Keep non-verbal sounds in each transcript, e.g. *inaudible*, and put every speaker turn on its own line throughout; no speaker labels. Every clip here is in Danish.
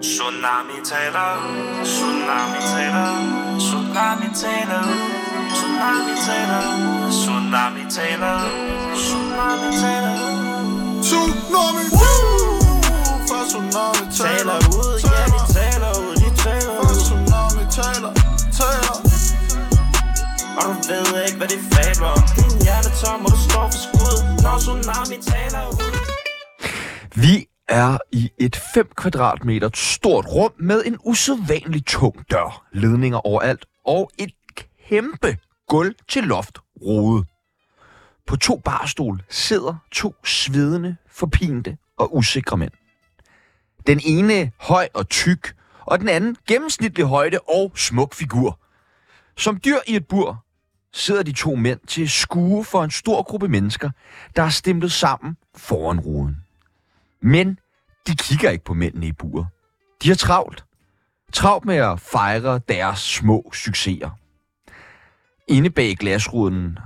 Tsunami taler, tsunami taler, tsunami taler, tsunami taler, tsunami taler, tsunami taler.
Tsunami For tsunami
Taler ud, ja de taler ud, de taler
For
ud.
tsunami taler Taler
Og du ved ikke, hvad de fabler om. Din hjerte er tom, og du står for skud, når tsunami taler ud.
Vi er i et 5 kvadratmeter stort rum med en usædvanlig tung dør, ledninger overalt og et kæmpe gulv til loft rode. På to barstol sidder to svedende, forpinte og usikre mænd. Den ene høj og tyk, og den anden gennemsnitlig højde og smuk figur. Som dyr i et bur sidder de to mænd til skue for en stor gruppe mennesker, der er stemplet sammen foran ruden. Men de kigger ikke på mændene i buret. De har travlt. Travlt med at fejre deres små succeser. Inde bag glasruden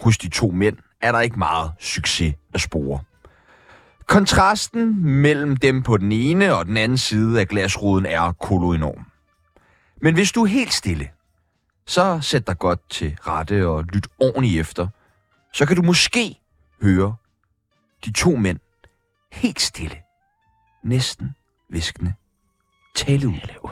hos de to mænd er der ikke meget succes at spore. Kontrasten mellem dem på den ene og den anden side af glasruden er koloenorm. Men hvis du er helt stille, så sæt dig godt til rette og lyt ordentligt efter. Så kan du måske høre de to mænd helt stille, næsten viskende, tale ud. Tale ud,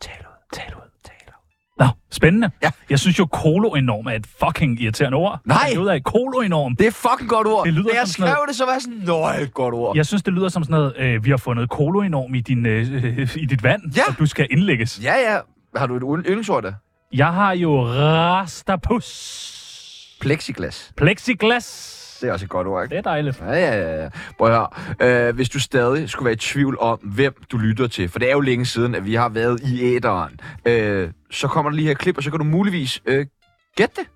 tale ud, tale ud, tale ud.
Nå, spændende.
Ja.
Jeg synes jo, koloenorm er et fucking irriterende ord.
Nej.
Jeg ud af koloenorm.
Det er fucking godt ord.
Det lyder
da jeg
som
skrev
sådan
det, så var jeg sådan, nøj, et godt ord.
Jeg synes, det lyder som sådan noget, øh, vi har fundet koloenorm i, din, øh, i dit vand,
Ja.
og du skal indlægges.
Ja, ja. Har du et ynd- yndlingsord der?
Jeg har jo rastapus.
Plexiglas.
Plexiglas.
Det er også et godt ord, ikke?
Det er dejligt.
Ja, ja, ja, ja. Prøv at høre. Øh, hvis du stadig skulle være i tvivl om, hvem du lytter til, for det er jo længe siden, at vi har været i æderen, øh, så kommer der lige her et klip, og så kan du muligvis øh, gætte det.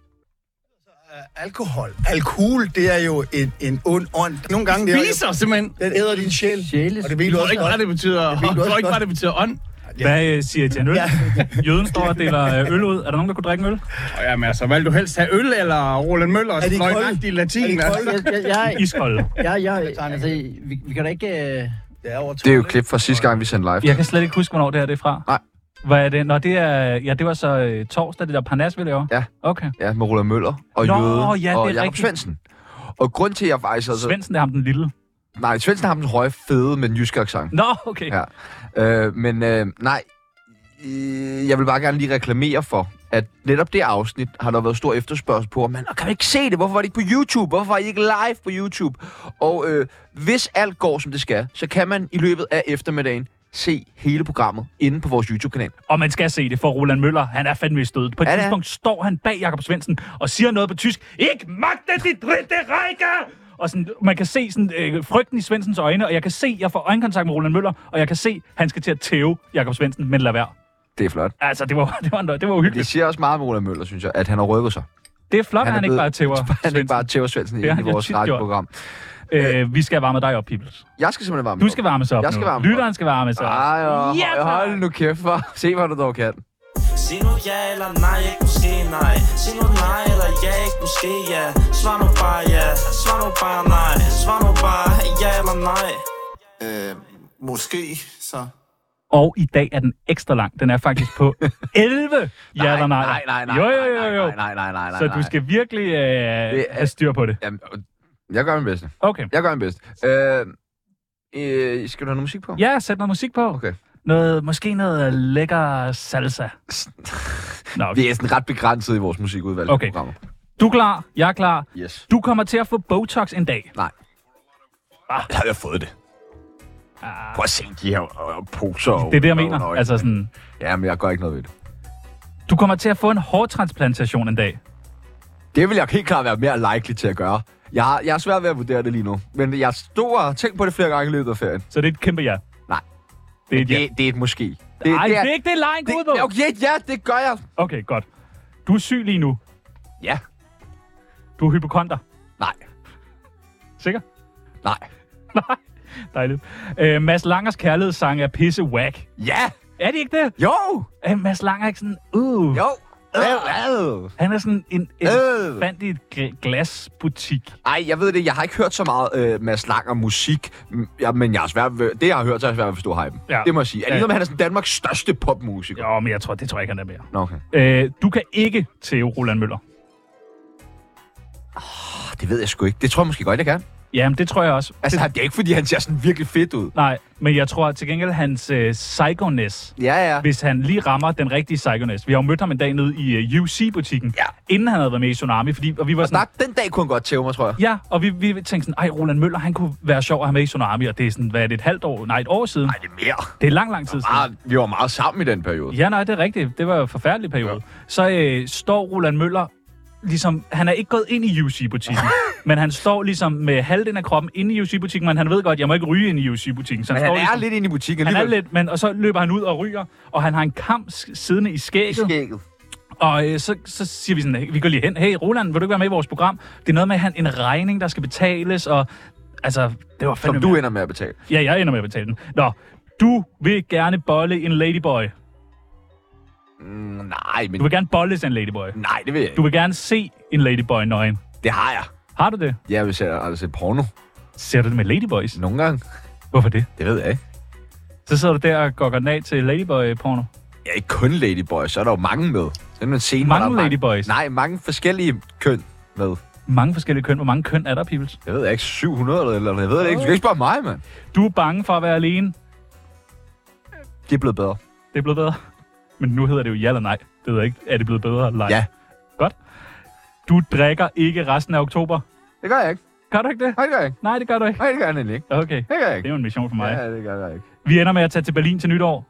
Alkohol. Alkohol, det er jo en, en ond ånd. Nogle gange, det er,
Spiser simpelthen.
den æder din sjæl.
Sjæles.
Og det ved
Jeg
du
tror
også.
ikke bare, det betyder,
ved
jeg
du
tror
også
ikke bare,
godt.
det betyder ånd.
Hvad øh, siger I til en øl?
Ja.
*laughs* Jøden står og deler øh, øl ud. Er der nogen, der kunne drikke en øl?
Og jamen altså, hvad vil du helst have? Øl eller Roland Møller?
Er de kolde?
Løgnagtig
Er de
latin,
kolde?
altså.
Jeg, jeg, jeg,
Iskold.
jeg, jeg altså, vi, vi kan da ikke... Øh,
Det er, over
Det er jo et klip fra sidste gang, vi sendte live.
Jeg kan slet ikke huske, hvornår det her det er fra.
Nej.
Hvad er det? Nå, det er... Ja, det var så øh, torsdag, det der Parnas, vi laver.
Ja.
Okay.
Ja, med Roland Møller og
Nå,
Jøde
ja, det er
og Jakob
rigtigt.
Svendsen. Og grund til, at jeg faktisk... Altså,
Svendsen, det er ham den lille.
Nej, Svendsen har den høje, fede, men jyske accent.
Nå, okay.
Ja. Øh, men øh, nej, øh, jeg vil bare gerne lige reklamere for, at netop det afsnit har der været stor efterspørgsel på, og man kan man ikke se det, hvorfor var det ikke på YouTube, hvorfor var I ikke live på YouTube? Og øh, hvis alt går, som det skal, så kan man i løbet af eftermiddagen se hele programmet inde på vores YouTube-kanal.
Og man skal se det, for Roland Møller, han er fandme i stødet. På et
Ja, det er.
tidspunkt står han bag Jakob Svendsen og siger noget på tysk. Ikke magte dit dritte række! Og sådan, man kan se sådan, øh, frygten i Svendsens øjne, og jeg kan se, jeg får øjenkontakt med Roland Møller, og jeg kan se, han skal til at tæve Jakob Svendsen, men lad være.
Det er flot.
Altså, det var, *laughs* det var, en- det var
Det
uhyggeligt.
siger også meget om Roland Møller, synes jeg, at han har rykket sig.
Det er flot, at han, ikke
blevet-
bare tæver
*laughs* Han er ikke bare
Svendsen.
Theo Svendsen
Det har
i
jeg
vores
tit gjort.
radioprogram.
Øh, vi skal varme dig op, Pibels.
Jeg skal simpelthen varme
Du skal varme sig op
Jeg skal
nu.
varme mig op.
Lytteren skal varme sig op.
Ej, og,
Ja,
ja,
tak.
hold nu kæft for. Se, hvad du dog kan.
Sig nu ja eller nej, ikke måske nej Sig nu nej eller ja, ikke måske ja Svar nu bare ja, svar nu bare nej Svar nu bare ja eller nej
øh, Måske så
Og i dag er den ekstra lang. Den er faktisk
*laughs*
på 11. ja eller nej?
Nej, nej, nej.
Jo, jo, jo, jo.
Nej, nej, nej, nej, nej.
Så
nej.
du skal virkelig øh,
Det er-
have styr på det.
Jamen, øh, jeg gør min bedste.
Okay.
Jeg gør min bedste. Øh, øh, skal du have noget musik på?
Ja, sæt noget musik på.
Okay.
Noget, måske noget
*laughs*
lækker salsa. Nå, okay.
Vi er sådan ret begrænset i vores musikudvalg.
Okay.
Programmer.
Du er klar, jeg er klar.
Yes.
Du kommer til at få Botox en dag.
Nej. Ah. Har jeg fået det? Ah. Prøv at se de her øh, poser. og-
Det er det, jeg
og-
mener.
og-
Altså sådan,
Ja, men jeg gør ikke noget ved det.
du kommer til at få en hårtransplantation en dag.
Det vil jeg helt klart være mere likely til at gøre. Jeg har, jeg har svært ved at vurdere det lige nu. Men jeg stod og tænkte på det flere gange i løbet af ferien.
Så det er et kæmpe ja.
Nej.
Det er et
Det,
ja.
det er et måske. Det,
Nej, det er ikke det, lejen går ud
det,
på.
okay, ja, det gør jeg.
Okay, godt. Du er syg lige nu.
Ja.
Du er hypokonter.
Nej.
Sikker?
Nej.
Nej. Dejligt. Øh, Mads Langers kærlighedssang er pisse whack.
Ja.
Er det ikke det?
Jo.
Øh, Mads Langer er ikke sådan, uh.
Jo. Øh,
Han er sådan en
Øh.
elefant i et gl- glasbutik.
Ej, jeg ved det. Jeg har ikke hørt så meget øh, Mads Lang og musik, m- ja, men jeg har svært ved, det, jeg har hørt, så har jeg svært ved at forstå hypen.
Ja.
Det må jeg sige. Er det
Ja.
ligesom, han er sådan Danmarks største popmusiker?
Jo, men jeg tror, det tror jeg ikke, han er mere.
Nå, okay.
Øh, du kan ikke tæve Roland Møller.
Pah, Ah, Det ved jeg sgu ikke. Det tror jeg måske godt, jeg kan.
Jamen, det tror jeg også.
Altså, han- det er ikke, fordi han ser sådan virkelig fedt ud.
Nej, men jeg tror til gengæld hans øh, psychoness,
Ja, ja.
hvis han lige rammer den rigtige psychoness. Vi har jo mødt ham en dag nede i uh, UC-butikken,
Ja.
inden han havde været med i Tsunami, fordi, og vi var sådan...
Nej, den dag kunne han godt tæve mig, tror jeg.
Ja, og vi, vi tænkte sådan, ej, Roland Møller, han kunne være sjov at have med i Tsunami, og det er sådan, hvad er det, et halvt år? Nej, et år siden.
Nej, det er mere.
Det er lang, lang tid siden.
Ah, vi var meget sammen i den periode.
Ja, nej, det er rigtigt. Det var jo en forfærdelig periode. Ja. Så øh, står Roland Møller ligesom, han er ikke gået ind i
*laughs*
UC-butikken, men han står ligesom med halvdelen af kroppen inde i UC-butikken, men han ved godt, jeg må ikke ryge ind i UC-butikken. Så
Men
står
han er
ligesom,
lidt inde i butikken
han er
alligevel.
lidt, men, og så løber han ud og ryger, og han har en kamp s- siddende i skægget,
skægget.
og øh, så, så siger vi sådan, vi går lige hen, hey Roland, vil du ikke være med i vores program? Det er noget med han, en regning, der skal betales, og altså, det var fandme
Som du ender med at betale.
Ja, jeg ender med at betale den. Nå, du vil gerne bolle en ladyboy.
Mm, nej, men...
Du vil gerne bolles af en ladyboy.
Nej, det vil jeg ikke.
Du vil gerne se en ladyboy nøgen.
Det har jeg.
Har du det?
Jeg vil se, aldrig se porno.
Ser du det med ladyboys?
Nogle gange.
Hvorfor det?
Det ved jeg ikke.
Så sidder du der og går granat til ladyboy-porno.
Jeg er ikke kun ladyboy, så er der jo mange med. Sådan en scene, hvor
Mange
der er
ladyboys?
Nej, mange forskellige køn med.
Mange forskellige køn. Hvor mange køn er der, Pibels?
Jeg ved ikke, 700 eller eller jeg ved det ikke. Du skal ikke spørge mig, mand.
Du er bange for at være alene.
Det er blevet bedre.
Det er blevet bedre. *laughs* Men nu hedder det jo ja eller nej. Det ved jeg ikke. Er det blevet bedre eller nej?
Ja.
Godt. Du drikker ikke resten af oktober.
Det gør jeg ikke.
Gør du ikke det?
Nej, det gør jeg ikke.
Nej, det gør du ikke.
Nej, det gør jeg nemlig ikke.
Okay.
Det gør jeg
Det er
ikke.
jo en mission for mig.
Ja, det gør jeg ikke.
Vi ender med at tage til Berlin til nytår.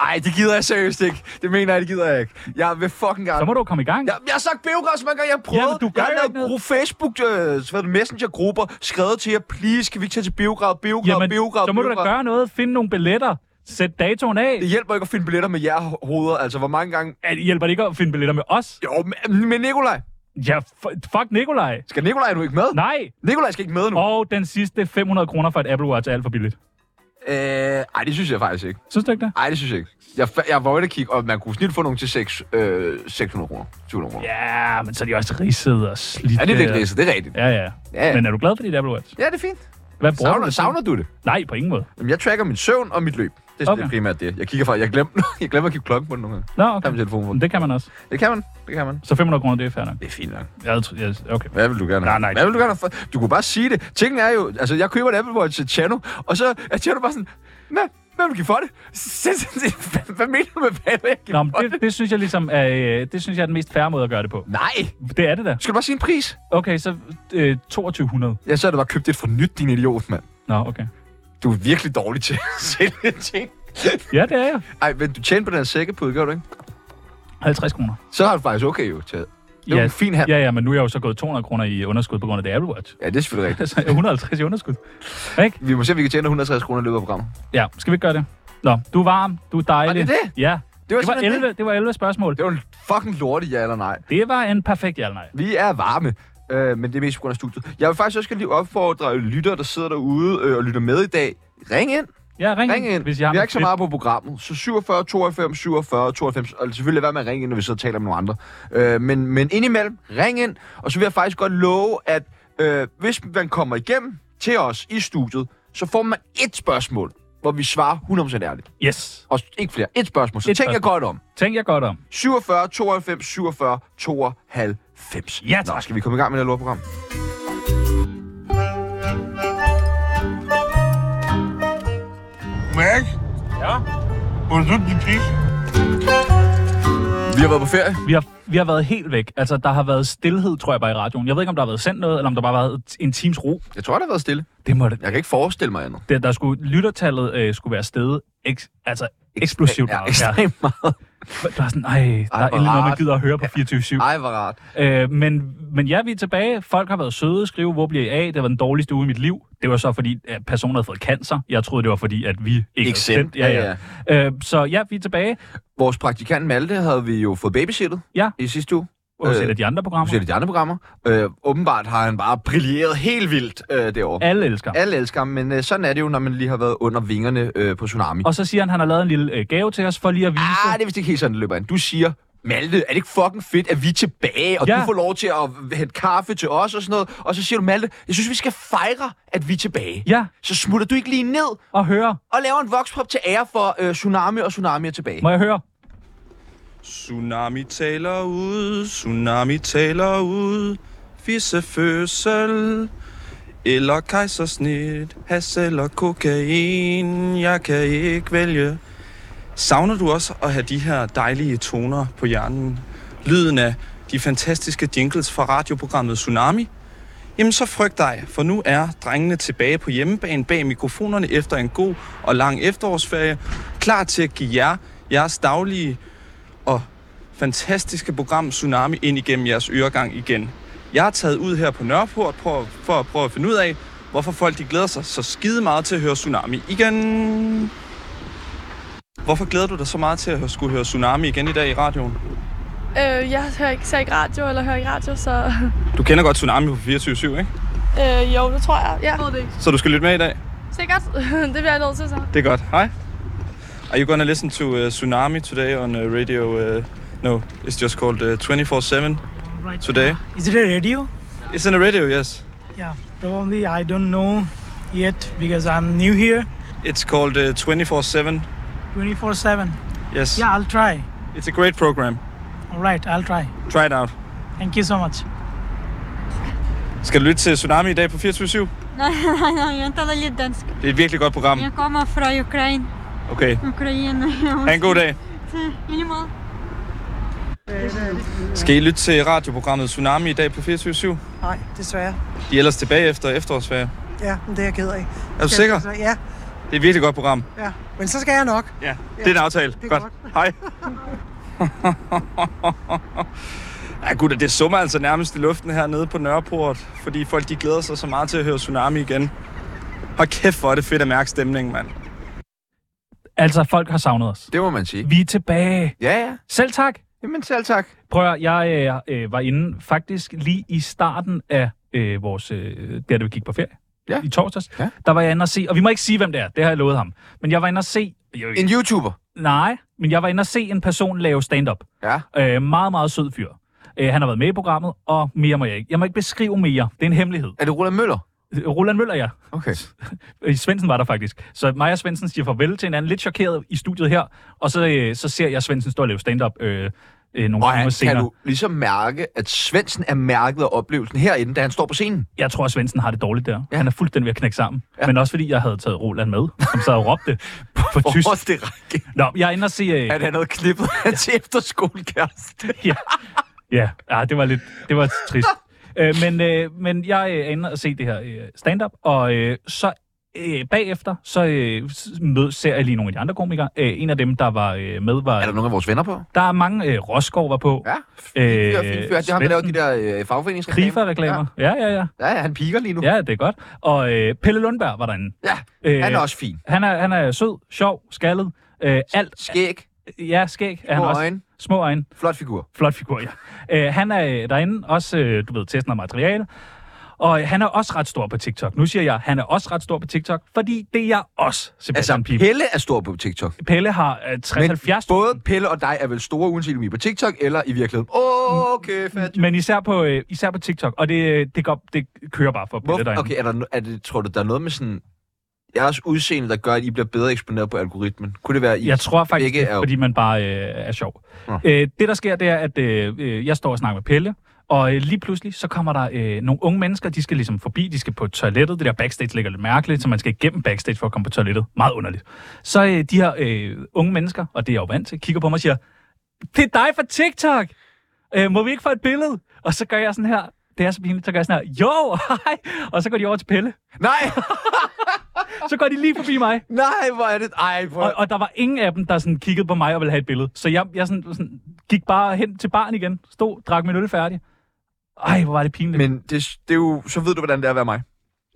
Ej, det gider jeg seriøst ikke. Det mener jeg, det gider jeg ikke. Jeg vil fucking gerne...
Så må du komme i gang.
Jeg, jeg har sagt Beograd så mange gange, jeg har prøvet.
Ja, men du gør
jeg
jo
har
ikke noget.
lavet Facebook, øh, hvad er det, messengergrupper, skrevet til jer, please, kan vi ikke tage til Beograd, Beograd,
Jamen,
Beograd,
så må du
Beograd.
da gøre noget. Finde nogle billetter. Sæt datoen af.
Det hjælper ikke at finde billetter med jer hoveder. Altså, hvor mange gange...
At hjælper det ikke at finde billetter med os?
Jo, men- øh, men Nikolaj.
Ja, f- fuck Nikolaj.
Skal Nikolaj nu ikke med?
Nej.
Nikolaj skal ikke med nu.
Og den sidste 500 kroner for et Apple Watch er alt for billigt.
Øh, ej, det synes jeg faktisk ikke.
Synes du ikke det?
Ej, det synes jeg ikke. Jeg, fa- jeg var inde og kigge, og man kunne snit få nogle til 6, øh, 600 kroner. 700 kroner.
Ja, men så er de også ridsede og slidt.
Ja, det er lidt
øh,
læsset, det er rigtigt.
Ja, ja.
Ja.
Men er du glad for dit Apple Watch?
Ja, det er fint.
Hvad bruger
Savner,
du?
savner du det?
det? Nej, på ingen måde.
Jamen, jeg tracker min søvn og mit løb. Det er
Okay.
okay. primært det. Jeg kigger fra, jeg glemmer, *laughs* jeg glemmer at kigge klokken på den nogle gange.
Nå,
Der er
okay.
min telefon på.
Men det kan man også.
Det kan man, det kan man.
Så 500 kroner, det er fair nok.
Det er fint nok.
Jeg havde tro- yes, okay.
Hvad vil du gerne have?
Nej, nej.
Hvad vil du gerne have? For? Du kunne bare sige det. Tingen er jo, altså jeg køber et Apple Watch til Chano, og så er Chano bare sådan, hvad, hvad vil du give for det? *laughs* Så- hvad- Hvad mener du med, hvad vil jeg give
Nå, men
for det?
det, det, synes jeg ligesom er, øh, det synes jeg er den mest færre måde at gøre det på.
Nej,
Det er det da.
skal du bare sige en pris?
Okay, så øh, 2200.
Ja, så er det bare købt et for nyt, din idiot, mand.
Nå, okay.
Du er virkelig dårlig til at *laughs* sælge ting.
Ja, det er jeg.
Ej, men du tjener på den her sækkepude, gør du ikke?
50 kroner.
Så har du faktisk okay jo taget. Det er jo en fin handel.
Ja, ja, men nu er jeg jo så gået 200 kroner i underskud på grund af det Apple Watch.
Ja, det er selvfølgelig rigtigt.
*laughs* Altså 150 i underskud. Ikke?
Vi må se, om vi kan tjene 160 kroner i løbet af programmet.
Ja, skal vi ikke gøre det? Nå, du er varm, du er dejlig.
Var det det?
Ja.
Det var
Det var,
simpelthen
11, det var 11 spørgsmål.
Det var en fucking lorte ja eller nej.
Det var en perfekt ja eller nej.
Vi er varme, øh, men det er mest på grund af studiet. Jeg vil faktisk også gerne lige opfordre lyttere, der sidder derude øh, og lytter med i dag. Ring ind,
Ja, ring,
ring ind.
hvis jeg har
vi er
noget
ikke så
fedt.
meget på programmet. Så 47, 92, 47, 92. Og selvfølgelig lad være med at ringe ind, når vi så taler med nogle andre. Øh, men, men indimellem, ring ind. Og så vil jeg faktisk godt love, at øh, hvis man kommer igennem til os i studiet, så får man et spørgsmål, hvor vi svarer 100% ærligt.
Yes,
Og ikke flere. Et spørgsmål. Så
Et
et tænk jer
spørgsmål.
godt om.
tænk jeg godt om.
47, 92, 47, 92.
Ja, tak.
Nå, skal vi komme i gang med det her lortprogram?
Max?
Ja?
Hvor er du din pik?
Vi har været på ferie.
Vi har, vi har været helt væk. Altså, der har været stillhed, tror jeg bare, i radioen. Jeg ved ikke, om der har været sendt noget, eller om der bare har været en times ro.
Jeg tror, det har været stille.
Det må det.
Jeg kan ikke forestille mig andet.
det der skulle, lyttertallet øh, skulle være stedet. Ek, altså, eksplosivt.
Ja, *laughs*
meget.
ekstremt meget.
Der er sådan, ej, der er
hvor
endelig noget, man
rart.
gider at høre på 24-7.
Ej, hvor rart.
Øh, men, men ja, vi er tilbage. Folk har været søde, skrive, hvor bliver I af? Det var den dårligste uge i mit liv. Det var så fordi, at personen havde fået cancer. Jeg troede, det var fordi, at vi ikke havde
Ikke sendt.
sendt. Ja, ja. Øh, så ja, vi er tilbage.
Vores praktikant Malte havde vi jo fået babysittet
Ja.
i sidste uge.
Og øh,
Øh,
af de andre
Du
programmer.
ser det i de andre programmer. Øh, åbenbart har han bare brilleret helt vildt øh, derovre.
Alle elsker. ham.
Alle elsker ham, men øh, sådan er det jo, når man lige har været under vingerne øh, på Tsunami.
Og så siger han, at han har lavet en lille øh, gave til os, for lige at vise.
Ah, det er vist ikke helt sådan, det løber ind. Du siger, Malte, er det ikke fucking fedt, at vi er tilbage, og ja.
Ja.
du får lov til at hente kaffe til os og sådan noget, og så siger du, Malte, jeg synes, vi skal fejre, at vi er tilbage.
Ja,
Så smutter du ikke lige ned
og høre.
og laver en voxpop til ære for øh, Tsunami og Tsunami er tilbage.
Må jeg høre?
Tsunami taler ud, tsunami taler ud, fissefødsel. Eller kejsersnit, has eller kokain, jeg kan ikke vælge. Savner du også at have de her dejlige toner på hjernen? Lyden af de fantastiske jingles fra radioprogrammet Tsunami? Jamen så frygt dig, for nu er drengene tilbage på hjemmebane bag mikrofonerne efter en god og lang efterårsferie, klar til at give jer jeres daglige og fantastiske program Tsunami ind igennem jeres øregang igen. Jeg er taget ud her på Nørreport for, for at prøve at finde ud af, hvorfor folk de glæder sig så skide meget til at høre Tsunami igen. Hvorfor glæder du dig så meget til at høre- skulle høre Tsunami igen i dag i radioen?
Øh, jeg hører ikke, ser ikke radio, eller hører ikke radio, så...
Du kender godt Tsunami på 24-7, ikke?
Øh, jo, det tror jeg. Ja. Jeg ved det ikke.
Så du skal lytte med i dag.
Sikkert. *laughs* det bliver jeg nødt til, så.
Det er godt. Hej. Are you gonna listen to uh, Tsunami today on uh, radio? Uh, no, it's just called uh, 24-7 today.
Is it a radio?
It's in the radio, yes.
Yeah, probably I don't know yet because I'm new here.
It's called uh, 24-7.
24 7.
Yes.
Yeah, I'll try.
It's a great program.
All right, I'll try.
Try it out.
Thank you so much.
Skal du lytte til Tsunami i dag på 24
Nej, nej, nej, jeg taler lidt dansk.
Det er et virkelig godt program.
Jeg kommer fra Ukraine.
Okay.
Ukraine. *laughs*
Ha' en god dag.
Tak, i lige måde.
Skal I lytte til radioprogrammet Tsunami i dag på 24
Nej, desværre.
De er ellers tilbage efter efterårsferie.
Ja, men det er jeg ked af.
Er du
Skal jeg-
sikker?
Ja,
Det er et virkelig godt program.
ja. Men så skal jeg nok.
Ja, det er en aftale.
det er
godt.
*laughs*
Hej. Ja, gud, det summer altså nærmest i luften hernede på Nørreport, fordi folk de glæder sig så meget til at høre Tsunami igen. Hold kæft, hvor er det fedt at mærke stemningen, mand.
Altså, folk har savnet os.
Det må man sige.
Vi er tilbage.
Ja, ja.
Selv tak.
Jamen selv tak.
Prøv at, høre, jeg øh, øh, var inde faktisk lige i starten af øh, vores, øh, der da vi gik på ferie.
Ja.
I torsdags.
Ja.
Der var jeg inde og se, og vi må ikke sige, hvem det er. Det har jeg lovet ham. Men jeg var inde og se... Jeg,
En YouTuber.
Nej, men jeg var inde og se en person lave stand-up.
Ja.
Øh, meget, meget sød fyr. Øh, han har været med i programmet, og mere må jeg ikke. Jeg må ikke beskrive mere. Det er en hemmelighed.
Er det Roland Møller?
Roland Møller, ja.
Okay.
Øh, Svendsen var der faktisk. Så mig og Svendsen siger farvel til hinanden, lidt chokeret i studiet her, og så, øh, så ser jeg Svendsen stå og lave stand-up øh, øh, nogle
Og
timer
han,
senere.
kan du ligesom mærke, at Svendsen er mærket af oplevelsen herinde, da han står på scenen?
Jeg tror, at Svendsen har det dårligt der. Ja. Han er fuldstændig ved at knække sammen. Ja. Men også fordi, jeg havde taget Roland med, som så og råbte på tysk.
Forreste række,
Nå, jeg er inde og se... Øh,
at han havde knippet hans efterskolekæreste.
*laughs* ja. ja, ja, det var lidt det var
*laughs*
trist. øh, men, øh, men jeg øh, er inde og se det her øh, stand-up, og øh, så øh, bagefter, så øh, s- mød, ser jeg lige nogle af de andre komikere. Øh, en af dem, der var øh, med, var...
Er der nogen af vores venner på?
Der er mange. Øh, Roskov var på.
Ja,
Øh,
fyr, fyr, fyr. Det har man lavet de
Svendsen.
der øh, fagforeningsreklamer.
Krifa-reklamer. Ja, ja, ja.
Ja, ja, han piker lige nu.
Ja, det er godt. Og øh, Pelle Lundberg var derinde.
Ja,
Øh,
han er også fin.
Han er, han er sød, sjov, skaldet. Øh, alt.
Skæg,
Ja, skæg.
små
er han også.
øjne,
Små øjne.
flot figur.
Flot figur, ja. Øh, han er øh, derinde også, øh, du ved, testen af materiale. Og øh, han er også ret stor på TikTok. Nu siger jeg, han er også ret stor på TikTok, fordi det er jeg også, Sebastian
Altså,
altså, Pille.
Pelle er stor på TikTok.
Pelle har øh,
Men
60-70
både Pelle og dig er vel store, uanset om I er på TikTok eller i virkeligheden. Okay, fat.
men især på, øh, især på TikTok, og det, øh, det, går, det kører bare for Pelle
Hvor,
derinde.
okay, er der, no- er det, tror du, der er noget med sådan jeres udseende, der gør, at I bliver bedre eksponeret på algoritmen? Kunne det være, at I
Jeg tror faktisk,
begge
det
er
er,
jo-
fordi man bare øh, er sjov.
Nå.
Øh, det, der sker, det er, at øh, øh, jeg står og snakker med Pelle, og øh, lige pludselig, så kommer der øh, nogle unge mennesker, de skal ligesom forbi, de skal på toilettet. Det der backstage ligger lidt mærkeligt, så man skal igennem backstage for at komme på toilettet. Meget underligt. Så øh, de her øh, unge mennesker, og det er jeg jo vant til, kigger på mig og siger, det er dig fra TikTok! Øh, må vi ikke få et billede? Og så gør jeg sådan her, det er så pinligt, så gør jeg sådan her, jo, *laughs* hej! Og så går de over til Pelle.
Nej, *laughs*
Så går de lige forbi mig.
nej, hvor er det... Ej, hvor...
Og, og der var ingen af dem, der sådan kiggede på mig og ville have et billede. Så jeg, jeg sådan, sådan, gik bare hen til baren igen, stod, drak min øl færdig. Ej, hvor var det pinligt. Men,
Men det, det er jo... Så ved du, hvordan det er at være mig.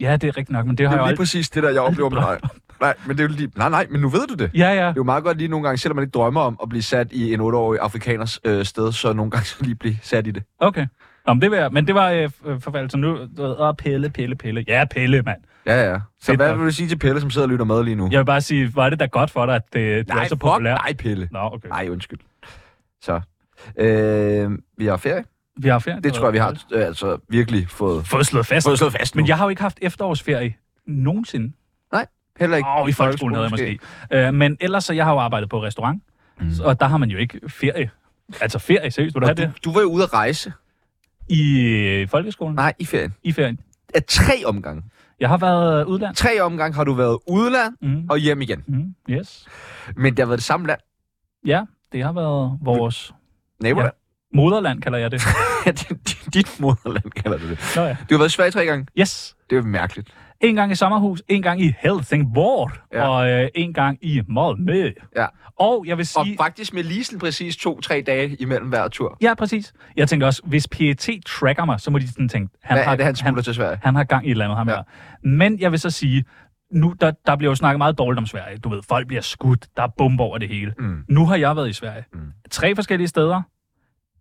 ja, det er rigtigt nok, men det har
Det er jo
jeg jo
lige
aldrig...
præcis det der, jeg oplever med dig. Nej, men det er jo lige... Nej, nej, men nu ved du det.
Ja, ja.
Det er jo meget godt lige nogle gange, selvom man ikke drømmer om at blive sat i en 8-årig afrikaners øh, sted, så nogle gange så lige blive sat i det.
Okay. Nå, men det, var, jeg- men det var øh, f- øh, forfaldet, så nu... du ved, Åh, pille, pille, pille. Ja, pille, mand.
Ja, ja. Så
Fedt
hvad
nok.
vil du sige til Pelle, som sidder og lytter med lige nu?
Jeg vil bare sige, var det da godt for dig, at det, du
nej,
er så
fuck
populær.
dig, Pelle.
Nå, okay.
Nej, undskyld. Så. Øh, vi har ferie.
Vi har ferie.
Det tror jeg, vi har øh, altså virkelig fået...
Fået slået fast.
Fået slået fast nu.
Men jeg har jo ikke haft efterårsferie nogensinde.
Nej, heller ikke.
Åh, oh, i folkeskolen havde jeg måske. Øh, men ellers, så jeg har jo arbejdet på restaurant, mm. og der har man jo ikke ferie. Altså ferie, seriøst, vil du
Og
have det?
Du var jo ude at rejse.
I øh, folkeskolen?
Nej, i ferien.
I ferien.
Af tre omgange.
Jeg har været udlandet.
Tre omgange har du været udland mm. og hjem igen.
Mm. Yes.
Men det har været det samme land.
Ja, det har været vores...
Naboland.
Ja, moderland kalder *laughs* jeg det.
Ja. dit, *laughs* dit moderland kalder du det.
Nå ja.
Du har været i Sverige tre gange.
Yes.
Det er jo mærkeligt.
En gang i sommerhus, en gang i Helsingborg, ja. og øh, en gang i Malmø.
Ja.
Og jeg vil sige...
Og faktisk med Lisen præcis to-tre dage imellem hver tur.
Ja, præcis. Jeg tænker også, hvis PET tracker mig, så må de sådan tænke, han,
Hvad er
har,
det, han smutter til Sverige?
han har gang i et eller andet, ham ja. her. Men jeg vil så sige, nu, der, der bliver jo snakket meget dårligt om Sverige. Du ved, folk bliver skudt, der er bomber over det hele.
Mm.
Nu har jeg været i Sverige. Mm. Tre forskellige steder.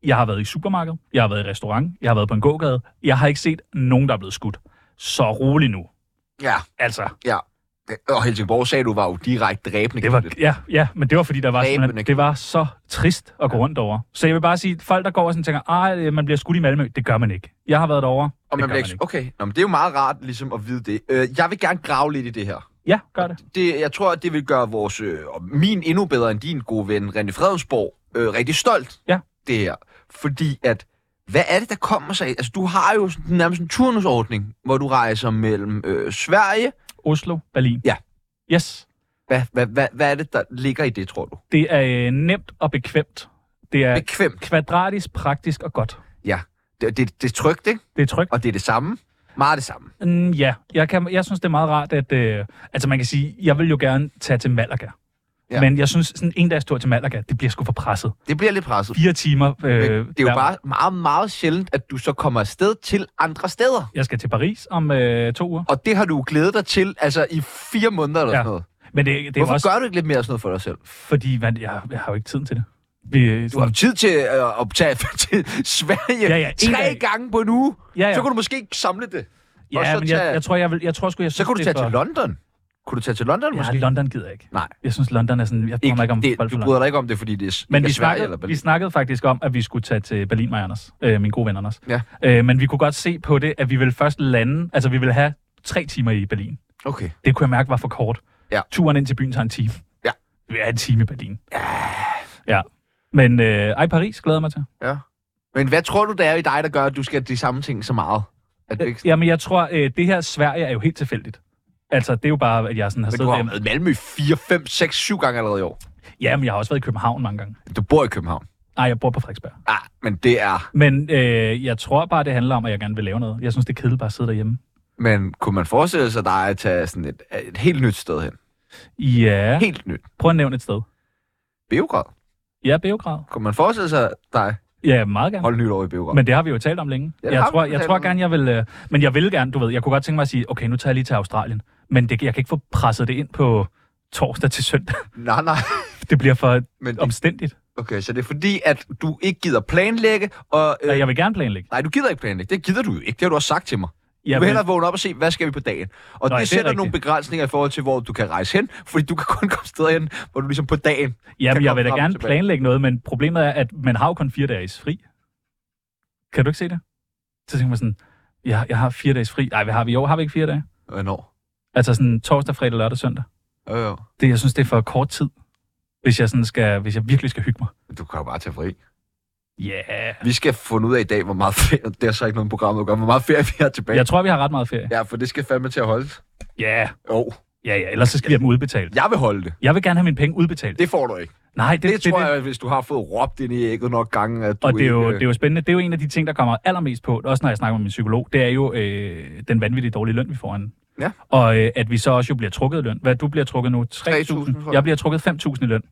Jeg har været i supermarked, jeg har været i restaurant, jeg har været på en gågade. Jeg har ikke set nogen, der er blevet skudt. Så rolig nu.
Ja.
Altså.
Ja. Og Helsingborg sagde du var jo direkte dræbende.
Det var, ja, ja, men det var fordi, der var sådan,
Dræbende
at det var så trist at gå rundt over. Så jeg vil bare sige, folk der går og sådan tænker, ej, man bliver skudt i Malmø, det gør man ikke. Jeg har været derovre,
Og
det
man
gør
bliver ikke... Okay, Nå, men det er jo meget rart ligesom at vide det. Øh, jeg vil gerne grave lidt i det her.
Ja, gør det.
det jeg tror, at det vil gøre vores, øh, og min endnu bedre end din gode ven, René Fredensborg, øh, rigtig stolt.
Ja.
Det her. Fordi at, hvad er det, der kommer sig? af? Altså, du har jo sådan- nærmest en turnusordning, hvor du rejser mellem øh, Sverige...
Oslo, Berlin.
Ja.
Yes.
Hvad, hvad, hvad, hvad er det, der ligger i det, tror du?
Det er øh, nemt og bekvemt. Det er
Bekvemt.
kvadratisk, praktisk og godt.
Ja. Det, det, det er trygt, ikke?
Det er trygt.
Og det er det samme. Meget det samme.
Mm, ja, jeg, kan, jeg synes, det er meget rart, at... Øh, altså, man kan sige, jeg vil jo gerne tage til Malaga.
Ja.
Ja. Men jeg synes, sådan en dags tur til Malaga, det bliver sgu for presset.
Det bliver lidt presset.
Fire timer. Øh,
Men det er jo bare meget, meget sjældent, at du så kommer afsted til andre steder.
Jeg skal til Paris om øh, to uger.
Og det har du glædet dig til, altså i fire måneder eller ja.
Ja.
sådan noget.
Men det, det er jo
Hvorfor
også,
gør du ikke lidt mere sådan noget for dig selv?
fordi man, jeg, jeg har jo ikke tiden til det. Vi, øh,
Du har jo tid til øh, at tage *laughs* til Sverige
Ja, ja, en
tre
dag.
gange på en uge.
Ja, ja.
Så kunne du måske ikke samle det.
Ja,
og så
men
tage-
jeg, jeg, tror, jeg, vil, jeg tror sgu, jeg synes,
Så kunne du
det er
tage til
for-
London. Kunne du tage til London måske?
Ja, London gider jeg ikke.
Nej.
Jeg synes, London er sådan... Jeg ikke, mig ikke om
det,
folk
du
fra London.
bryder dig ikke om det, fordi det er s-
Men
ikke
vi
er Sverige
snakkede,
eller
vi
Berlin.
snakkede faktisk om, at vi skulle tage til Berlin, mig og Anders. Øh, min gode ven Anders.
Ja.
Øh, men vi kunne godt se på det, at vi ville først lande... Altså, vi ville have tre timer i Berlin.
Okay.
Det kunne jeg mærke var for kort.
Ja.
Turen ind til byen tager en time.
Ja.
Vi er en time i Berlin. Ja. Men øh, ej, Paris glæder jeg mig til.
Ja. Men hvad tror du, det er i dig, der gør, at du skal de samme ting så meget? At du ikke...
Jamen, jeg tror, øh, det her Sverige er jo helt tilfældigt. *laughs* Altså, det er jo bare, at jeg sådan har
Men du har jo
stået
været i Malmø 4, 5, 6, 7 gange allerede i år.
Ja, men jeg har også været i København mange gange.
Du bor i København.
Nej, jeg bor på Frederiksberg.
Ah, men det er...
Men øh, jeg tror bare, det handler om, at jeg gerne vil lave noget. Jeg synes, det er kedeligt bare at sidde derhjemme.
Men kunne man forestille sig dig at tage sådan et, et helt nyt sted hen?
Ja.
Helt nyt.
Prøv at nævne et sted.
Beograd.
Ja, Beograd.
Kunne man forestille sig dig
Ja, meget gerne.
holde nytår i Beograd?
Men det har vi jo talt om længe.
Ja, det
jeg
har vi
tror,
talt
jeg tror
om.
gerne, jeg vil... Øh, men jeg vil gerne, du ved. Jeg kunne godt tænke mig at sige, okay, nu tager jeg lige til Australien. Men det, jeg kan ikke få presset det ind på torsdag til søndag. *laughs*
Nej, nej.
Det bliver for
Men det-
omstændigt.
Okay, så det er fordi, at du ikke gider planlægge, og... Øh,
Ja, jeg vil gerne planlægge.
Nej, du gider ikke planlægge. Det gider du jo ikke. Det har du også sagt til mig. Ja,
Ja,
du vil
men-
hellere vågne op og se, hvad skal vi på dagen? Og
Nå,
Nå,
ja,
det
det er
sætter nogle
rigtigt.
begrænsninger i forhold til, hvor du kan rejse hen, fordi du kan kun komme steder hen, hvor du ligesom på dagen kan
Jamen, jeg
komme
vil da
frem og
gerne
tilbage.
planlægge noget, men problemet er, at man har jo kun fire dages fri. Kan du ikke se det? Så tænker man sådan, jeg, jeg har fire dages fri. Nej, hvad har vi i år? Har vi ikke fire dage?
Hvornår?
Altså sådan torsdag, fredag, lørdag, søndag.
Jo, jo.
Det, jeg synes, det er for kort tid, hvis jeg, sådan skal, hvis jeg virkelig skal hygge mig.
Du kan jo bare tage fri.
Ja. Yeah.
Vi skal finde ud af i dag, hvor meget ferie... Det er så ikke noget program, der gør, hvor meget ferie vi har tilbage.
Jeg tror, vi har ret meget ferie.
Ja, for det skal fandme til at holde.
Ja. Yeah.
Jo.
Ja, ja, ellers så skal vi have dem udbetalt.
Jeg vil holde det.
Jeg vil gerne have mine penge udbetalt.
Det får du ikke.
Nej, det,
Det, det tror
det.
jeg, hvis du har fået råbt ind i ægget nok gange, at du
Og det er,
ikke,
jo,
øh,
det er jo spændende. Det er jo en af de ting, der kommer allermest på, også når jeg snakker med min psykolog. Det er jo øh, den vanvittigt dårlige løn, vi får an.
Ja.
Og øh, at vi så også jo bliver trukket i løn. Hvad, du bliver trukket nu?
3.000, tror
3.000.
jeg.
Jeg bliver trukket 5.000 i
*laughs*
løn.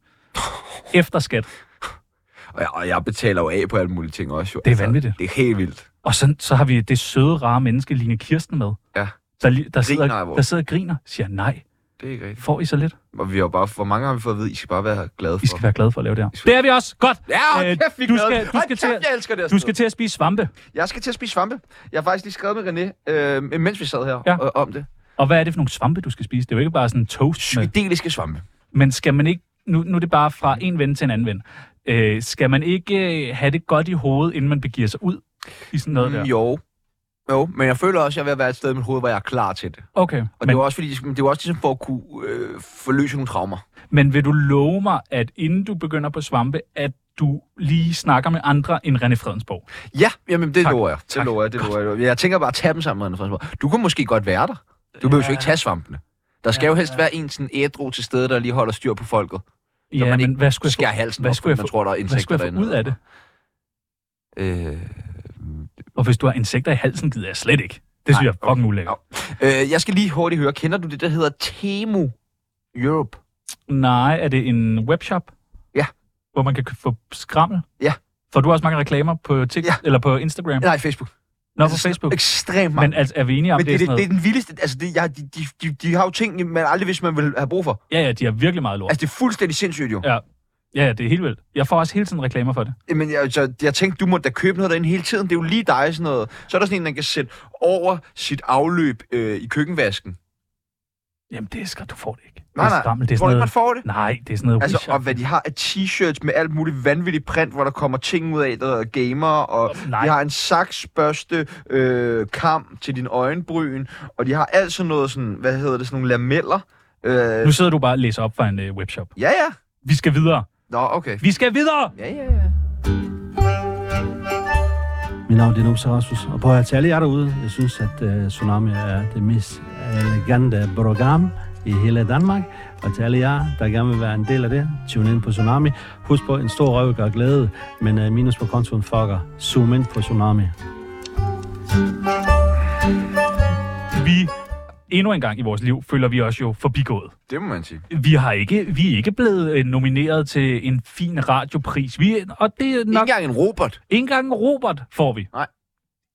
Efter skat.
Og jeg, og jeg betaler jo af på alle mulige ting også. Jo. Altså,
Det er vanvittigt.
Det er helt vildt.
Og så, så har vi det søde, rare menneske, Line Kirsten, med.
Ja.
Der, li- der, sidder,
Griner af vores-
der sidder og griner, siger nej.
Det er ikke rigtigt.
Får I så lidt?
Og vi har jo bare, hvor mange har vi fået at vide, I skal bare være glade for?
I skal være glade for at lave det her. Det er vi også. Godt.
Ja,
Øh,
hold kæft, vi er
du
glade.
skal, du
Hold
skal, til,
kæft, jeg elsker det her
Altså,
sted.
du skal til at spise svampe.
Jeg skal til at spise svampe. Jeg har faktisk lige skrevet med René, øh, mens vi sad her, ja.
Ja.
øh, om det.
Og hvad er det for nogle svampe, du skal spise? Det er jo ikke bare sådan toast. Med.
Psykedeliske svampe.
Men skal man ikke... Nu, nu er det bare fra en ven til en anden ven. Øh, skal man ikke øh, have det godt i hovedet, inden man begiver sig ud i sådan noget der?
Mm, Jo. Jo, men jeg føler også, at jeg er ved at være et sted i mit hoved, hvor jeg er klar til det.
Okay.
Og men... det er jo også, fordi, det er jo også ligesom for at kunne øh, forløse nogle traumer.
Men vil du love mig, at inden du begynder på svampe, at du lige snakker med andre end René Fredensborg?
Ja, jamen det
Tak.
lover jeg. Det
Tak.
lover jeg, det lover jeg. Jeg tænker bare at tage dem sammen med René Fredensborg. Du kan måske godt være der. Du behøver jo ikke tage svampene. Der skal jo helst være en sådan ædru til stede, der lige holder styr på folket.
Ja,
så man
men
ikke
hvad skulle jeg
skærer
få-
halsen
hvad
op,
skulle jeg
fordi man
få-
tror, der er
hvad
insekter
skulle jeg få
derinde.
ud af det?
Øh...
Og hvis du har insekter i halsen, gider jeg slet ikke. Det synes jeg er fucking ulækkert.
Øh, jeg skal lige hurtigt høre, kender du det, der hedder Temu Europe?
Nej, er det en webshop?
Ja.
Hvor man kan kø- få skrammel?
Ja.
Får du også mange reklamer på TikTok ja. eller på Instagram?
Nej, Facebook.
Nå, på Facebook.
Ekstremt
mange. Men altså, er vi enige om,
Men
det,
det,
er sådan
det, det er den
noget?
vildeste... Altså, det, jeg, de, de, de, de har jo ting, man aldrig vidste, man ville have brug for.
Ja, ja, de har virkelig meget lort.
Altså, det er fuldstændig sindssygt jo.
Ja. Ja, ja, det er helt vildt. Jeg får også hele tiden reklamer for det.
Jamen, jeg, jeg, jeg tænkte, du må da købe noget derinde hele tiden. Det er jo lige dig, sådan noget. Så er der sådan en, man kan sætte over sit afløb øh, i køkkenvasken.
Jamen, det er skræmt, du får det ikke.
Nej,
det
nej.
er skrammel. Det er
Tror du
sådan
ikke, man
noget...
får det?
Nej, det er sådan noget
Altså,
altså,
og hvad de har af t-shirts med alt muligt vanvittigt print, hvor der kommer ting ud af, der hedder gamer, og
nej.
de har en saksbørste øh, kam til din øjenbryn, og de har alt sådan noget, sådan, hvad hedder det, sådan nogle lameller. Øh,
Nu sidder du bare og læser op fra en øh, webshop.
Ja, ja.
Vi skal videre.
Nå, okay.
Vi skal videre!
Ja, ja, ja.
Mit navn det er Numse Rasmus, og prøv at til alle jer derude. Jeg synes, at uh, Tsunami er det mest elegante program i hele Danmark. Og til alle jer, der gerne vil være en del af det, tune ind på Tsunami. Husk på, en stor røv gør glæde, men uh, minus på kontoen fucker. Zoom ind på Tsunami.
Vi, endnu en gang i vores liv, føler vi os jo forbigået.
Det må man sige.
Vi, har ikke, vi er ikke blevet øh, nomineret til en fin radiopris. Vi, er- og det er nok, ikke
engang en Robert.
Ikke engang en Robert får vi.
Nej.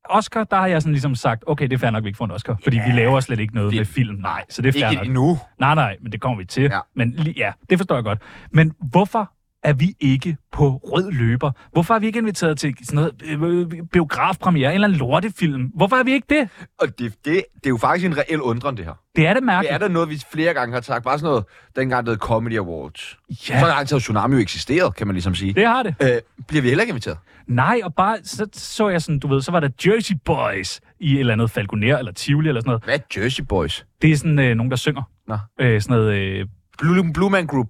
Oscar, der har jeg sådan ligesom sagt, okay, det er fair nok, vi ikke får en Oscar, fordi vi laver slet ikke noget det, med film. Nej, så det er fair
ikke
nok.
endnu.
Nej, nej, men det kommer vi til. Ja. Men li- ja, det forstår jeg godt. Men hvorfor er vi ikke på rød løber? Hvorfor er vi ikke inviteret til sådan noget øh, øh, biografpremiere, en eller en lortefilm? Hvorfor er vi ikke det?
Og det, det, det er jo faktisk en reel undren, det her.
Det er det
Det
mærkeligt.
er der noget, vi flere gange har sagt. Bare sådan noget, dengang det hed Comedy Awards.
Ja.
Så lang tid har Tsunami jo eksisteret, kan man ligesom sige.
Det har det.
Øh, bliver vi heller ikke inviteret?
Nej, og bare, så så jeg sådan, du ved, så var der Jersey Boys i et eller andet Falconer eller Tivoli eller sådan noget.
Hvad er Jersey Boys?
Det er sådan øh, nogen, der synger.
Nå.
Øh, sådan noget... Øh,
Blue, Blue Man Group.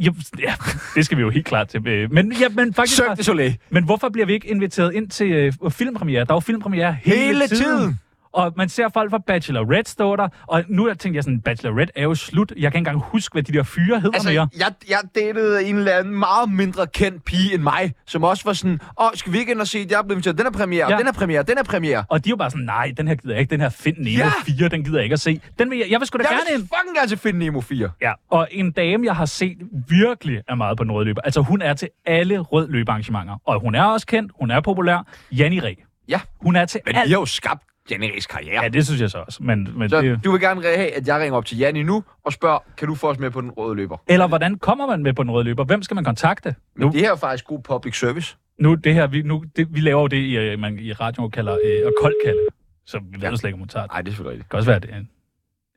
Ja, ja, det skal vi jo helt klart til. øh, Men, ja, men faktisk...
Cirque du Soleil.
Men hvorfor bliver vi ikke inviteret ind til øh, filmpremiere? Der er jo filmpremiere hele,
Hele
tiden.
tiden.
Og man ser folk fra Bachelorette stå der, og nu jeg tænkte jeg sådan, Bachelorette er jo slut. Jeg kan ikke engang huske, hvad de der fyre hedder
Altså,
mere.
jeg, jeg datede en eller anden meget mindre kendt pige end mig, som også var sådan, åh, skal vi ikke ind og se, at jeg er blevet inviteret, den er premiere, ja. den er premiere, den er premiere.
Og de er jo bare sådan, nej, den her gider jeg ikke, den her Find Nemo ja. 4, den gider jeg ikke at se. Den vil jeg, jeg vil sgu da
Jeg
gerne
vil
ind.
fucking gerne til Find Nemo 4.
Ja, og en dame, jeg har set virkelig er meget på en rød løber. Altså, hun er til alle rød løbearrangementer. Og hun er også kendt, hun er populær. Janni Ræ.
Ja.
Hun er til
Men
alt.
vi har jo skabt Janneris karriere.
Ja, det synes jeg så også. Men, men
Så
det...
du vil gerne have, at jeg ringer op til Janni nu og spørger, kan du få os med på den røde løber?
Eller hvordan kommer man med på den røde løber? Hvem skal man kontakte?
Men det her er faktisk god public service.
Nu, det her, vi, nu, det, vi laver jo det, i, øh, man i radioen kalder øh, at koldkalde. Så vi ved jo slet ikke, om hun tager det.
Nej, det er selvfølgelig
Det kan også være, at det er en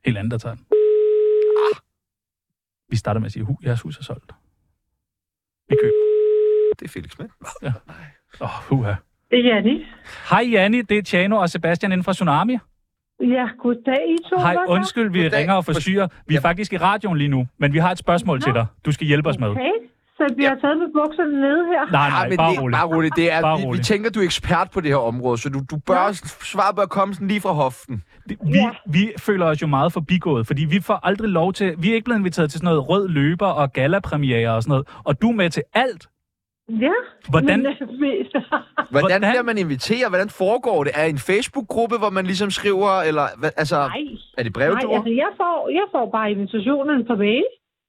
helt anden, der tager den. Vi starter med at sige, at jeres hus er solgt. Vi køber.
Det er Felix Schmidt.
Ja. Åh, oh, huha.
Det er Janni.
Hej Janni, det er Tjano og Sebastian inden fra Tsunami.
Ja, goddag I to.
Hej,
Hvad så?
undskyld, vi ringer og forstyrrer. Vi er faktisk i radioen lige nu, men vi har et spørgsmål til dig. Du skal hjælpe os med.
Okay, så vi har taget med bukserne nede her.
Nej, nej,
Ah, men
bare
det,
rolig.
Bare roligt. Det er,
Bare
vi,
rolig.
vi, tænker, du er ekspert på det her område, så du, du bør, svar bør komme sådan lige fra hoften.
Vi, vi føler os jo meget forbigået, fordi vi får aldrig lov til... Vi er ikke blevet inviteret til sådan noget rød løber og galapremiere og sådan noget. Og du er med til alt.
Ja.
Hvordan-
Men, øh, vi-
Hvordan, Hvordan bliver man inviteret? Hvordan foregår det? Er en Facebook-gruppe, hvor man ligesom skriver, eller hvad,
*laughs*
altså,
Nej.
er det
Nej,
brevduer?
altså jeg får, jeg får bare invitationerne på mail.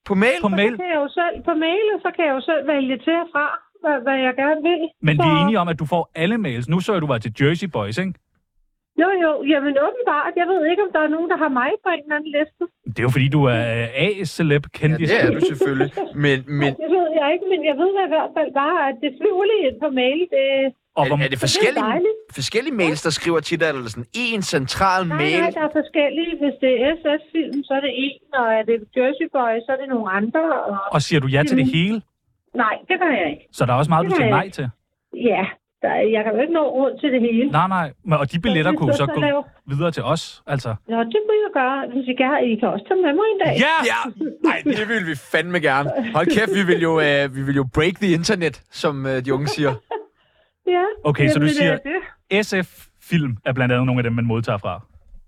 På mail?
På mail?
Så kan jeg jo selv, på mail, og så kan jeg jo selv vælge til og fra, hvad, hvad jeg gerne vil.
Men
så...
vi er enige om, at du får alle mails. Nu så jeg, du var til Jersey Boys, ikke?
Jo, jo, jamen åbenbart. Jeg ved ikke, om der er nogen, der har mig på en eller anden liste.
Det er jo fordi, du er øh, A-celeb kendis.
Ja, det er du
selvfølgelig. Men, men
Det ved jeg ikke, men jeg ved da i hvert fald bare, at det flyver lige ind på mail. Det,
Og
er, er det forskellige,
dejligt.
forskellige mails, der skriver til dig, eller sådan en central
Nej,
mail?
nej, der er forskellige. Hvis det er SF-film, så er det en, og er det Jersey Boys, så er det nogle andre. Og...
Og siger du ja til det hele?
Nej, det gør jeg ikke.
Så der er også meget, du
Det gør
siger
jeg
nej
ikke.
til.
Ja, der, jeg kan jo ikke nå rundt til det hele.
Nej, nej. Men- Og de billetter
hvis
kunne
du
så
så
gå
laver-
videre til os, altså.
Nå, det må jeg gøre. Hvis I gerne, I kan også tage med mig en dag.
Ja!
Ja, nej, det vil vi fandme gerne. Hold kæft, vi vil jo, øh, vi vil jo break the internet, som øh, de unge siger.
ja.
Okay, så du
Jamen,
siger-
øh, det-
SF-film er blandt andet nogle af dem, man modtager fra.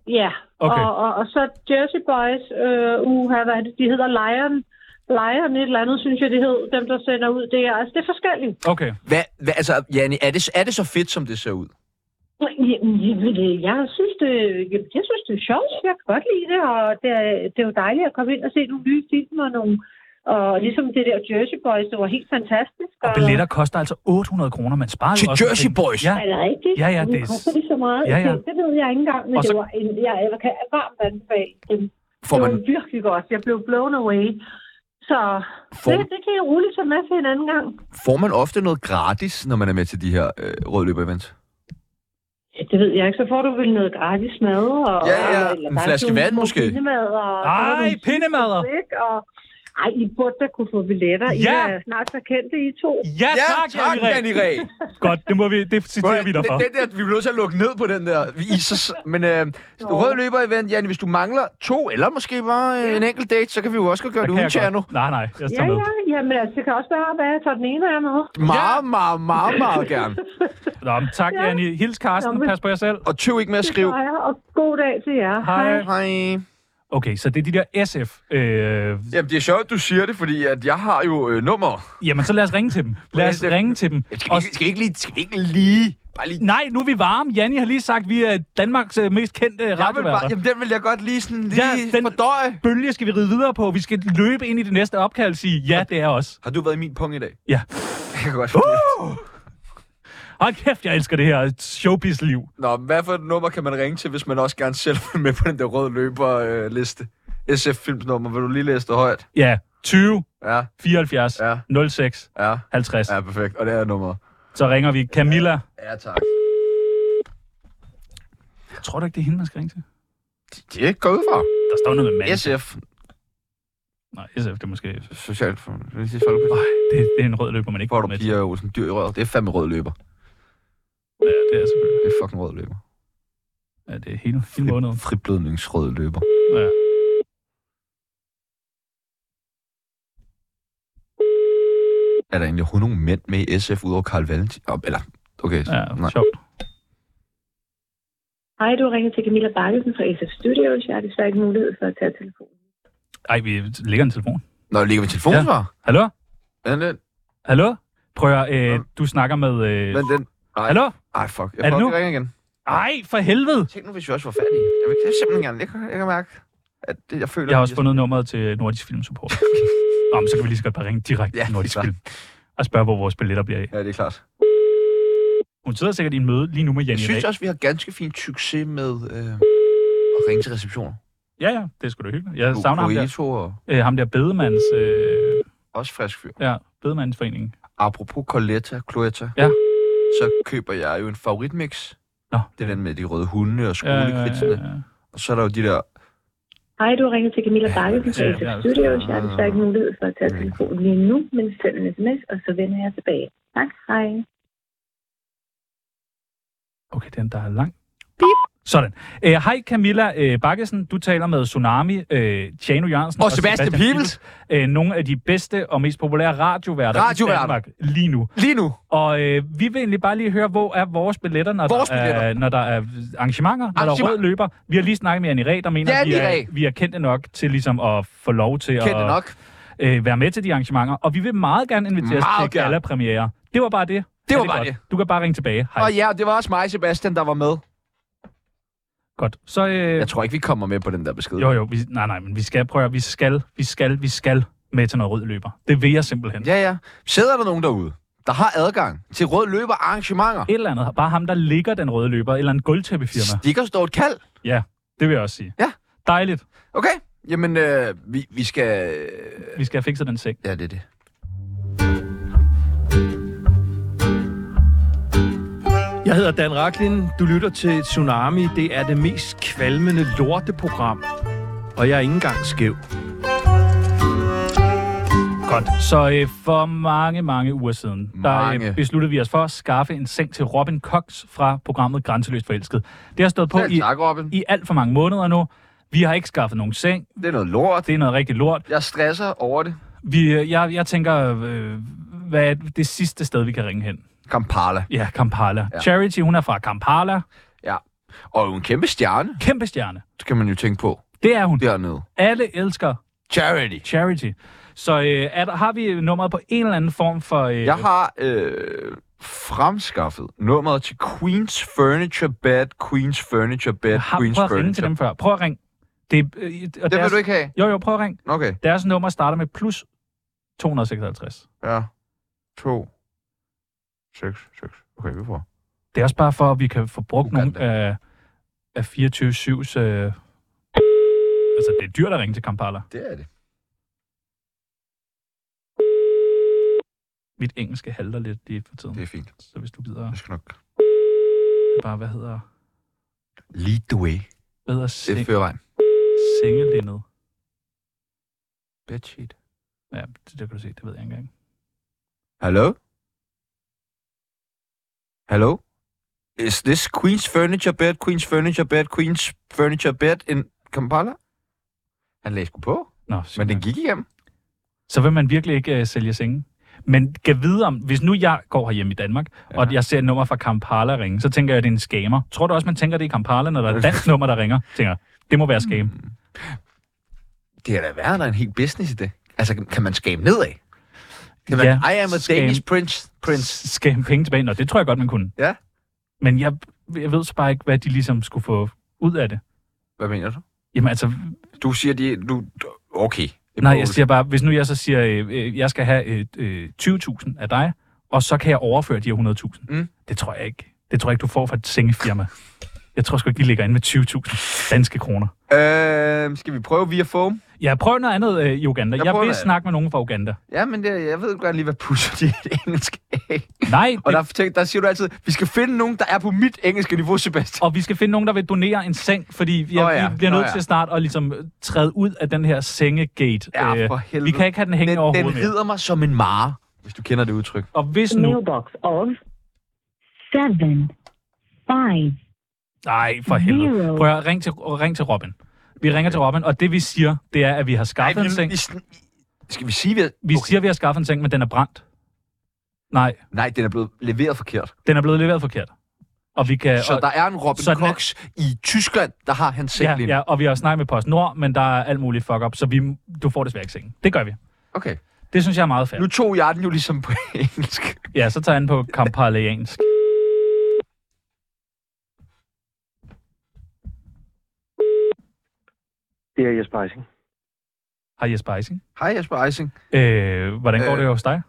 Ja,
Okay.
og, og, og så Jersey Boys, øh, uha, hvad er det, de hedder Lion, Lion et eller andet, synes jeg, det hed, dem der sender ud det er, altså det er forskelligt.
Okay.
Hvad, hvad, altså, Janne, er det, er det så fedt, som det ser ud?
Jamen, jamen, øh, Jeg synes, det, jamen, jeg synes, det er sjovt, jeg kan godt lide det, og det er, det er jo dejligt at komme ind og se nogle nye film og nogle, og ligesom det der Jersey Boys, det var helt fantastisk. Og,
Billetter koster altså 800 kroner, man sparer
Til
jo også nogle
Jersey
penge.
Boys?
Ja.
Er det rigtigt?
Ja, ja,
det...
det er-
koster det så meget?
Ja, ja.
Det, det ved jeg ikke engang, men
Og
så...
så-
det var en, jeg, jeg kan varmt anbefale dem.
Får
det var
man-
virkelig godt. Jeg blev blown away. Så
Får-
det, det kan jeg roligt tage med til en anden gang.
Får man ofte noget gratis, når man er med til de her øh, rødløber-events?
Ja, Det ved jeg ikke. Så får du vel noget gratis mad. Og,
Ja, ja. En
bare
flaske
nogle
vand
små
måske.
Pindemad, og,
Ej,
og nogle
pindemader.
chips, Og, ej, I burde da kunne få billetter.
Ja.
I er snart så kendte, I to.
Ja, tak, Janni Ræ. Godt, det, må vi, det citerer vi dig for.
Den, den der, vi bliver nødt til at lukke ned på den der. Vi- I så, men øh, rød løber-event, Janne, hvis du mangler to, eller måske bare øh, en enkelt date, så kan vi jo også godt gøre
Der
det
kan
uden
jeg godt.
Tjerno.
Nej, nej, jeg
Ja,
tager med.
ja. Jamen, altså, det kan også være, at jeg tager den ene af jer med.
Meget, meget, meget, meget gerne.
Nå, men tak,
Ja.
Janni. Hils Karsten,
Nå, men-
pas på jer selv.
Og tøv ikke med
Det gør jeg, og god dag til jer.
Hej.
Hej.
Okay, så det er de der SF. Øh,
Jamen, det er sjovt, du siger det, fordi at jeg har jo øh, nummer.
jamen, så lad os ringe til dem. Lad os ringe til dem.
Skal vi, ikke- skal vi ikke lige... Skal vi ikke lige bare lige...
Nej, nu er vi varme. Janni har lige sagt, at vi er Danmarks øh, mest kendte
Jeg vil bare,
radioværter.
jamen, den vil jeg godt lige sådan lige...
Ja, den
fordøje.
bølge skal vi ride videre på. Vi skal løbe ind i det næste opkald og sige, ja, det er os.
Har du været i min pung i dag?
Ja.
Jeg kan godt
uh! Hold kæft, jeg elsker det her showbiz-liv.
Nå, hvad for et nummer kan man ringe til, hvis man også gerne selv vil med på den der røde løber-liste? SF-filmsnummer, vil du lige læse det højt?
Ja, 20,
Ja.
74, ja. 06,
ja.
50.
Ja, perfekt. Og det er nummeret.
Så ringer vi Camilla.
Ja, tak.
Jeg tror du ikke, det er hende, man skal ringe til?
Det går ud fra.
Der står noget med mand.
SF.
Nej, SF, det er måske...
Socialt. Det
Nej, det, det er en rød løber, man ikke
Får du
kommer med til.
piger Olsen dyr i røret? Det er fandme rød løber.
Ja, det er selvfølgelig.
Det er fucking rød løber.
Ja, det er hele, hele måneden.
Friblødningsrød løber.
Ja.
Er der egentlig overhovedet nogen mænd med i SF udover Karl Valentin? Oh, eller, okay.
Ja, sjovt.
Hej, du ringer til Camilla Bakkesen fra SF Studios. Jeg har desværre ikke mulighed for at tage telefonen.
Ej, vi lægger en telefon.
Nå, ligger vi telefonen, ja. var?
Hallo?
Den, den.
Hallo? Prøv at, øh, du snakker med... Øh...
Den, den. Ej.
Hallo?
Ej, fuck. Jeg
Er det
prøver
nu?
at ringe igen.
Ej, for helvede!
Tænk nu, hvis vi også var færdige. Jeg vil jeg vil simpelthen gerne. Jeg kan, jeg kan mærke, at det, jeg føler...
Jeg har også fundet nummeret til Nordisk Film Support. Nå, men så kan vi lige så godt bare ringe direkte
Ja,
til Nordisk
det er
Film. Og spørge, hvor vores billetter bliver af.
Ja, det er klart.
Hun sidder sikkert i en møde lige nu med
Jeg
Janne
synes
Ræ.
også, vi har ganske fin succes med øh, at ringe til receptioner.
Ja, ja, det skulle sgu da hyggeligt. Jeg
Bo-
savner ham der,
Boito og
øh, ham der bedemands... Øh,
også frisk fyr.
ja, bedemandsforeningen.
Apropos Coletta, Cloetta,
Ja.
så køber jeg jo en favoritmix.
Nå.
Det er den med de røde hunde og
Ja, ja, ja,
skolekvitsene. Ja, ja, ja. Og så er der jo de der...
Hej, du ringer til Camilla Bakkesen fra
ja,
SF
ja.
Studios. Jeg har desværre ikke mulighed for at tage telefonen lige nu, men send en sms, og så vender jeg tilbage. Tak, hej.
Okay, den der er lang. Beep. Sådan. Øh, Hej Camilla øh, Bakkesen, du taler med Tsunami, øh, Tjano Jørgensen
Og Sebastian Pibels.
Øh, nogle af de bedste og mest populære radioværter i
Radioværter.
Danmark lige nu.
Lige nu.
Og øh, vi vil egentlig bare lige høre, hvor er vores billetter, når,
Vores
der, Er,
billetter.
når der er arrangementer, når der er
Arrangement.
rød løber. Vi har lige snakket med Annie Ræ, der mener,
Ja,
at vi
Annie
er,
Ræ.
vi er kendte nok til ligesom at få lov til
Kendte
at
nok.
Øh, være med til de arrangementer. Og vi vil meget gerne invitere os
Meget
til
gerne.
gala-premiere. Det var bare det.
Det
Ha'
var bare
godt.
det.
Du kan bare ringe tilbage. Hej.
Og ja, det var også mig, Sebastian, der var med.
Godt. Så, øh,
Jeg tror ikke, vi kommer med på den der besked.
Jo, jo. Vi, nej, nej, men vi skal prøve. Vi skal, vi skal, vi skal med til noget rød løber. Det vil jeg simpelthen.
Ja, ja. Sidder der nogen derude, der har adgang til rød løber arrangementer?
Et eller andet. Bare ham, der ligger den røde løber. Eller en guldtæppefirma.
Stikker står et kald.
Ja, det vil jeg også sige.
Ja.
Dejligt.
Okay, jamen øh, vi, vi skal... øh,
Vi skal have fikset den seng.
Ja, det er det.
Jeg hedder Dan Raklin. Du lytter til Tsunami. Det er det mest kvalmende lorteprogram. Og jeg er ikke engang skæv.
Godt. Så øh, for mange, mange uger siden, der
Mange.
øh, besluttede vi os for at skaffe en seng til Robin Cox fra programmet Grænseløst Forelsket. Det har stået på i, i alt for mange måneder nu. Vi har ikke skaffet nogen seng.
Det er noget lort.
Det er noget rigtig lort.
Jeg stresser over det.
Vi, øh, jeg, jeg tænker, øh, hvad er det sidste sted, vi kan ringe hen?
Kampala.
Ja, Kampala.
Ja.
Ja. Charity, hun er fra Kampala.
Ja. Og jo en kæmpe stjerne.
Kæmpe stjerne.
Det kan man jo tænke på.
Det er hun.
Dernede.
Alle elsker
Charity.
Charity. Så øh, er der, har vi nummeret på en eller anden form for... Øh,
Jeg har øh, fremskaffet nummeret til Queen's Furniture Bed, Queen's Furniture Bed,
har
Queen's
prøvet at ringe til
Furniture
dem før. Prøv at ringe. Det, er- øh, og
vil du ikke have?
Jo, jo, prøv at ringe.
Okay.
Deres nummer starter med plus 256.
Ja. 2, 6, 6. Okay, vi får.
Det er også bare for, at vi kan få brugt nogle af, af 24-7's... Øh, altså, det er dyrt at ringe til Kampala.
Det er det.
Mit engelske halter lidt lige for tiden. Det
er fint.
Så hvis du gider... Jeg
skal nok...
Bare, hvad hedder...
Lead the way.
Hvad hedder seng...
Det fører vejen.
Sengelindet.
Bedsheet.
Ja, det, det kan du se, det ved jeg ikke engang.
Hello? Hello? Is this Queen's Furniture Bed, Queen's Furniture Bed, Queen's Furniture Bed in Kampala? Han lagde sgu på.
Nå,
Men den gik igennem.
så vil man virkelig ikke øh, sælge senge. Men kan vide om, hvis nu jeg går herhjemme i Danmark, ja. og jeg ser et nummer fra Kampala ringe, så tænker jeg, at det er en scammer. Tror du også, man tænker det i Kampala, når der er
*laughs*
et dansk nummer, der ringer? Tænker, jeg, det må være
Mm.
scam.
Det er da værre, der er en helt business i det. Altså, kan man skabe nedad? Kan man, I am a
scam-
Danish prince. prince.
Scam penge tilbage. Nå, det tror jeg godt, man kunne.
Ja.
Men jeg, jeg ved så bare ikke, hvad de ligesom skulle få ud af det.
Hvad mener du?
Jamen altså...
Du siger, de, du... Okay. Det
Nej,
må-
jeg siger bare, hvis nu jeg så siger, øh, øh, jeg skal have øh, øh, 20.000 af dig, og så kan jeg overføre de her 100.000.
Mm.
Det tror jeg ikke. Det tror jeg ikke, du får fra et sengefirma. Jeg tror sgu ikke, de ligger inde med 20.000 danske kroner.
Øh, skal vi prøve via foam?
Ja, prøv noget andet øh, i Uganda.
Jeg
Jeg, jeg
prøver
vil
noget
snakke med nogen fra Uganda.
Ja, men det, jeg ved godt lige, hvad pusser de er engelsk af.
Nej.
Og der, tænk, der siger du altid, vi skal finde nogen, der er på mit engelske niveau, Sebastian.
Og vi skal finde nogen, der vil donere en seng, fordi jeg,
Nå
oh
ja,
ja, vi bliver
nå
nødt
ja.
til snart at ligesom øh, træde ud af den her sengegate.
Ja,
Øh,
for helvede.
Vi kan ikke have den hængende over
Den
hovedet mere.
rider mig som en mare, hvis du kender det udtryk.
Og hvis nu...
Mailbox of seven five.
Nej, for helvede.
Zero.
Prøv at ring til, ring til Robin. Vi ringer til Robin, og det vi siger, det er, at vi har skaffet en seng.
Skal vi sige, vi har...
Vi siger, vi har skaffet en seng, men den er brændt. Nej.
Nej, den er blevet leveret forkert.
Den er blevet leveret forkert. Og vi kan,
Så
og,
der er en Robin
sådan er-
Cox i Tyskland, der har hans seng
ja,
lige nu.
ja, og vi har snakket med PostNord, men der er alt muligt fuck up, så vi, du får desværre ikke sengen. Det gør vi.
Okay.
Det synes jeg er meget fair.
Nu tog jeg den jo ligesom på *laughs* engelsk.
Ja, så tager han på kampaliansk.
Det er Jesper Eising.
Hej Jesper Eising.
Hej Jesper Eising.
Øh, hvordan går øh. det hos dig?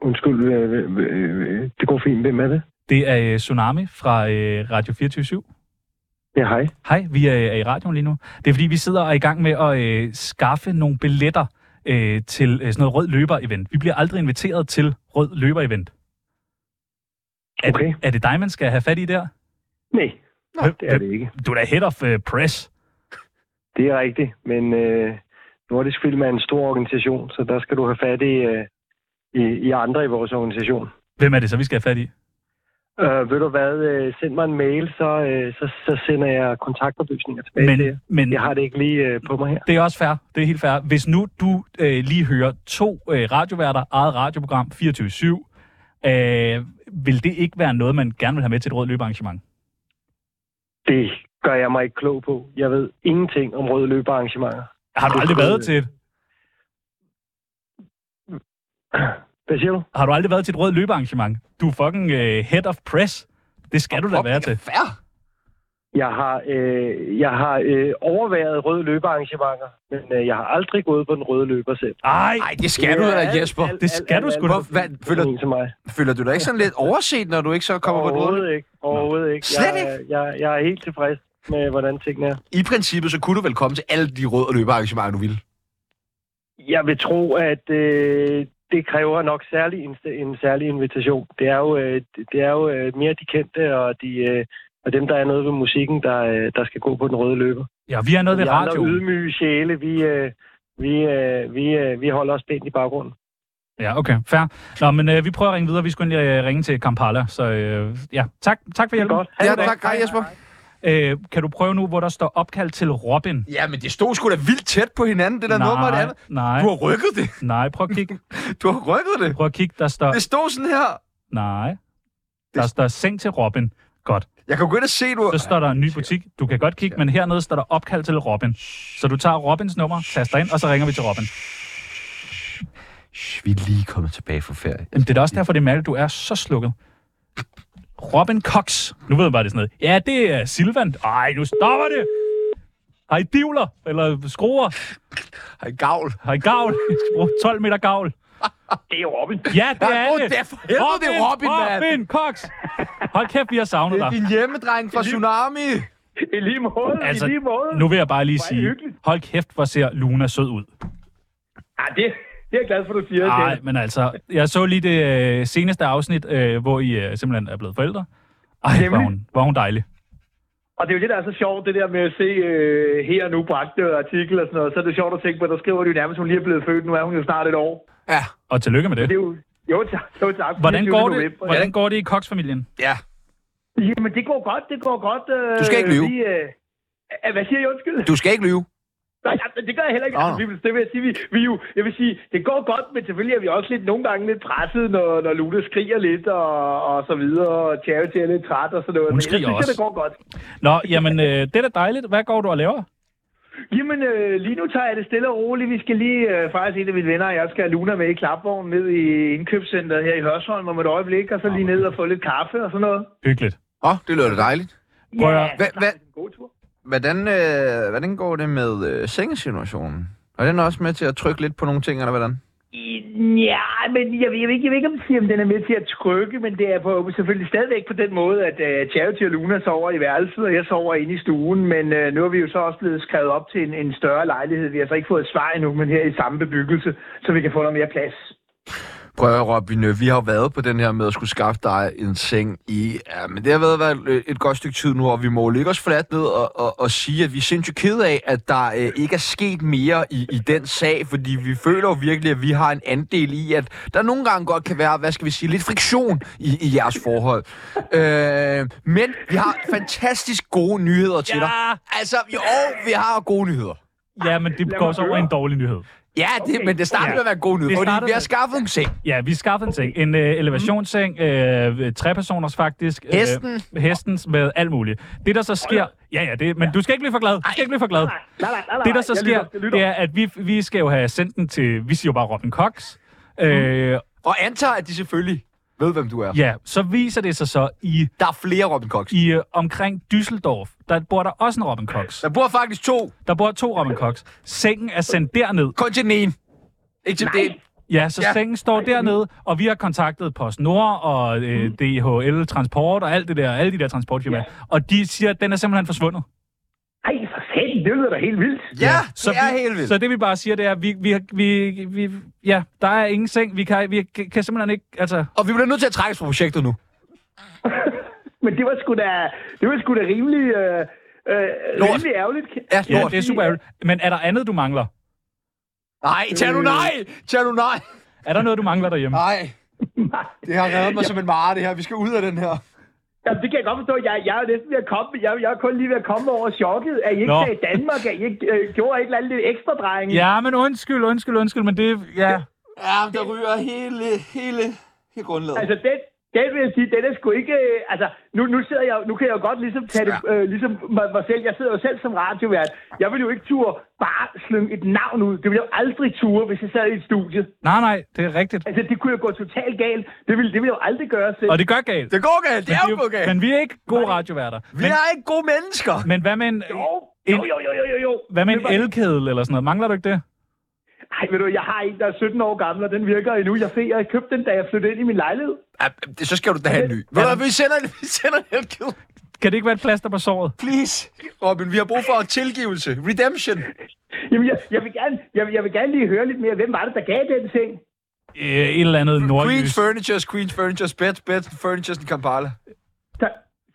Undskyld, øh, øh, øh, øh, det går fint. Hvem er det?
Det er øh, Tsunami fra øh, Radio 24
Ja, hej.
Hej, vi er, er i radioen lige nu. Det er fordi, vi sidder og er i gang med at øh, skaffe nogle billetter øh, til øh, sådan noget rød løber-event. Vi bliver aldrig inviteret til rød løber-event. Er, okay. er det dig, man skal have fat i der?
Nej,
Nå,
det er det ikke.
Du er da head of øh, press.
Det er rigtigt, men øh, Nordisk Film er en stor organisation, så der skal du have fat i, øh, i, i andre i vores organisation.
Hvem er det så, vi skal have fat i?
Øh, ved du hvad, øh, send mig en mail, så, øh, så, så sender jeg kontaktoplysninger tilbage
Men-
til jer.
men-
Jeg har det ikke lige øh, på mig her.
Det er også fair. Det er helt fair. Hvis nu du øh, lige hører to øh, radioværter, eget radioprogram, 24-7, øh, vil det ikke være noget, man gerne vil have med til et rød løbearrangement?
Det gør jeg mig ikke klog på. Jeg ved ingenting om røde løbearrangementer.
Har du aldrig været til et?
Hvad siger du?
Har du aldrig været til et rød løbearrangement? Du er fucking øh, head of press. Det skal du da være til.
Fair.
Jeg har, øh, jeg har øh, overværet røde løbearrangementer, men øh, jeg har aldrig gået på den røde løber selv.
Ej,
Ej, det skal du da, Jesper.
Alt, alt, alt, alt,
Hvor-
alt,
Hvad, føler,
til mig.
føler du dig ikke sådan lidt overset, når du ikke så kommer på et råd?
Overhovedet ikke. Overhovedet ikke.
Slet
jeg,
ikke?
Jeg, jeg er helt tilfreds med, hvordan tingene er.
I princippet, så kunne du vel komme til alle de rød- og løbearrangementer, du ville.
Jeg vil tro, at øh, det kræver nok særlig en, en særlig invitation. Det er jo, øh, det er jo øh, mere de kendte og, de, øh, og dem, der er noget ved musikken, der, øh, der skal gå på den røde løber.
Ja, vi er noget ved
Vi andre
radioen.
ydmyge sjæle, vi, øh, Vi, øh, vi, øh, vi holder os pænt i baggrunden.
Ja, okay. Fair. Nå, men øh, vi prøver at ringe videre. Vi skulle egentlig øh, ringe til Kampala. Så øh, ja, tak, tak for hjælpen. Godt.
Ja, tak. Hej, Jesper.
Øh, kan du prøve nu, hvor der står opkald til Robin?
Ja, men det stod sgu da vildt tæt på hinanden, det der nummer og det andet.
Nej.
Du har rykket det.
Nej, prøv at kigge.
du har rykket det.
Prøv at kigge, der står...
Det stod sådan her.
Nej. Der står seng til Robin. Godt.
Jeg kan gå ind og se, du...
Så står der en ny butik. Du kan godt kigge, men hernede står der opkald til Robin. Så du tager Robins nummer, taster ind, og så ringer vi til Robin.
Shh, vi er lige kommet tilbage fra ferie.
Jamen, det er da også derfor, det er mærkeligt, du er så slukket. Robin Cox. Nu ved jeg bare, det er sådan noget. Ja, det er Silvan. Ej, nu stopper det! Hej, divler. Eller skruer.
Hej, gavl.
Hej, gavl. Jeg skal bruge 12 meter gavl.
Det er Robin.
Ja, det
Ja,
er
åh,
det.
det er for helvede, det er Robin, mand.
Robin Cox. Hold kæft, vi har savnet
Det er
dig.
din hjemmedreng fra Tsunami.
I lige måde,
Altså, nu vil jeg bare lige sige, hold kæft, hvor ser Luna sød ud.
Ja, det, det er jeg glad for, du siger.
Nej,
Kjeld.
men altså, jeg så lige det øh, seneste afsnit, øh, hvor I øh, simpelthen er blevet forældre. Ej, var
Nemlig.
hun, var hun dejlig.
Og det er jo det, der er så sjovt, det der med at se øh, her og nu bragte artikel og sådan noget. Så er det sjovt at tænke på, at der skriver de jo nærmest, at hun lige er blevet født. Nu er hun jo snart et år.
Ja.
Og tillykke med det.
det er jo, jo, tak. Jo, tak.
Hvordan
24.
går det,
november.
hvordan går det i Cox-familien?
Ja.
Jamen, det går godt, det går godt. Øh,
Du skal ikke lyve.
Vi, øh, øh, hvad siger jeg? Undskyld. *laughs*
Du skal ikke lyve.
Nej, ja, det gør jeg heller ikke.
Nå.
Altså, vi, vil- det vil jeg sige, vi, vi er jo, jeg vil sige, det går godt, men selvfølgelig er vi også lidt nogle gange lidt presset, når, når Luna skriger lidt og, og så videre, og Charity er lidt træt og sådan noget.
Hun
Men
skriger
jeg synes,
også.
at det går godt.
Nå, jamen, øh, det er da dejligt. Hvad går du og laver?
Jamen, øh, lige nu tager jeg det stille og roligt. Vi skal lige, øh, faktisk en af mine venner og jeg skal have Luna med i klapvognen ned i indkøbscenteret her i Hørsholm om et øjeblik, og så lige ned og få lidt kaffe og sådan noget.
Hyggeligt.
Åh, oh, det lyder da dejligt.
Prøv at-
Hva, hva, hvordan, øh, hvordan går det med øh, sengesituationen? Er den også med til at trykke lidt på nogle ting, eller hvordan?
Ja, men jeg, ved- jeg, ved, ikke- jeg ved ikke, om jeg siger, om den er med til at trykke, men det er på, selvfølgelig stadigvæk på den måde, at uh, Charity og Luna sover i værelset, og jeg sover inde i stuen, men uh, nu er vi jo så også blevet skrevet op til en, en større lejlighed. Vi har så ikke fået et svar endnu, men her i samme bebyggelse, så vi kan få noget mere plads.
Prøv at høre, Robin, øh, vi har jo været på den her med at skulle skaffe dig en seng i... Ja, men det har været været øh, et godt stykke tid nu, og vi må jo ligge os fladt ned og, og, og sige, at vi er sindssygt ked af, at der øh, ikke er sket mere i, i den sag, fordi vi føler jo virkelig, at vi har en andel i, at der nogle gange godt kan være, hvad skal vi sige, lidt friktion i, i jeres forhold. Øh, men vi har fantastisk gode nyheder til dig. Altså, jo, vi har gode nyheder.
Ja, men det går så over i en dårlig nyhed.
Ja, det, okay. men det starter med at være gode nyheder, fordi vi har skaffet en seng.
Ja, vi skaffede en seng. En øh, elevationsseng,
Mm.
øh, trepersoners faktisk. øh,
Hesten.
hestens med alt muligt. Det, der så sker... Ja, ja, det, men du skal ikke blive for glad. Du skal ikke blive for glad.
nej,
Det, der så
jeg
sker,
lytter, jeg lytter.
det er, at vi, vi skal jo have sendt den til... Vi siger jo bare Robin Cox.
Mm.
Øh,
Og antager, at de selvfølgelig ved, hvem du er.
Ja, så viser det sig så i...
Der er flere Robin Cox.
I øh, omkring Düsseldorf, der bor der også en Robin Cox.
Der bor faktisk to.
Der bor to Robin Cox. Sengen er sendt derned.
Kun til den ene. Ikke til den.
Ja, så ja. sengen står dernede, og vi har kontaktet PostNord og øh, DHL Transport og alt det der, alle de der transportfirmaer. Ja. Og de siger, at den er simpelthen forsvundet.
Ej, for satan, det lyder da helt vildt.
så vi, Så det vi bare siger, det er, at vi, vi, har- vi, vi, ja, der er ingen seng. Vi kan, vi kan- kan simpelthen ikke, altså...
Og vi bliver nødt til at trække fra projektet nu.
Men det var sgu da, det var sgu da rimelig, øh, øh, rimelig ærgerligt.
ja, det er super ærgerligt. Men er der andet, du mangler?
Nej, tag
Øh.
nu nej! Tag nu nej!
Er der noget, du mangler derhjemme? *laughs*
Nej. Det har reddet mig som en mare, det her. Vi skal ud af den her.
Jamen, det kan jeg godt forstå. Jeg, jeg er jo næsten ved at komme, jeg, jeg er kun lige ved at komme over chokket, at I ikke
Nå.
sagde Danmark, at I ikke øh, gjorde et eller andet lidt ekstra, drenge.
Ja, men undskyld, undskyld, undskyld, men det... Ja.
Ja, der ryger hele, hele, hele grundlaget.
Altså, den, den vil jeg sige, den er sgu ikke... øh, Altså, nu, nu, sidder jeg, nu kan jeg jo godt ligesom tage det, øh, ligesom mig, mig selv. Jeg sidder jo selv som radiovært. Jeg vil jo ikke turde bare slynge et navn ud. Det ville jeg jo aldrig ture, hvis jeg sad i et studie.
Nej, nej, det er rigtigt.
Altså, det kunne jo gå totalt galt. Det ville, det ville jeg jo aldrig gøre selv.
Og det gør galt.
Det går galt. Det
Men
er
vi
jo gået galt.
Altså, Men vi er ikke gode radioværter.
Vi er ikke gode mennesker.
Men hvad med en... Jo, en,
jo, jo, jo, jo, jo.
Hvad med en elkedel eller sådan noget? Mangler du ikke det?
Ej, ved du, jeg har en, der er 17 år gammel, og den virker endnu. Jeg fik, jeg købte den, da jeg flyttede ind i min lejlighed.
Ja, det, så skal du da have en ny. Ved du hvad, vi sender *laughs* en, vi sender en elkedel.
Kan det ikke være et plaster på såret?
Please, Robin, vi har brug for tilgivelse. Redemption.
Jamen, jeg, jeg, vil gerne, jeg, vil- jeg vil gerne lige høre lidt mere. Hvem var det, der gav den ting?
Øh, Et eller andet nordjysk.
Queens Furnitures, Queens Furnitures, Beds, Beds, Furnitures i Kampala.
Så,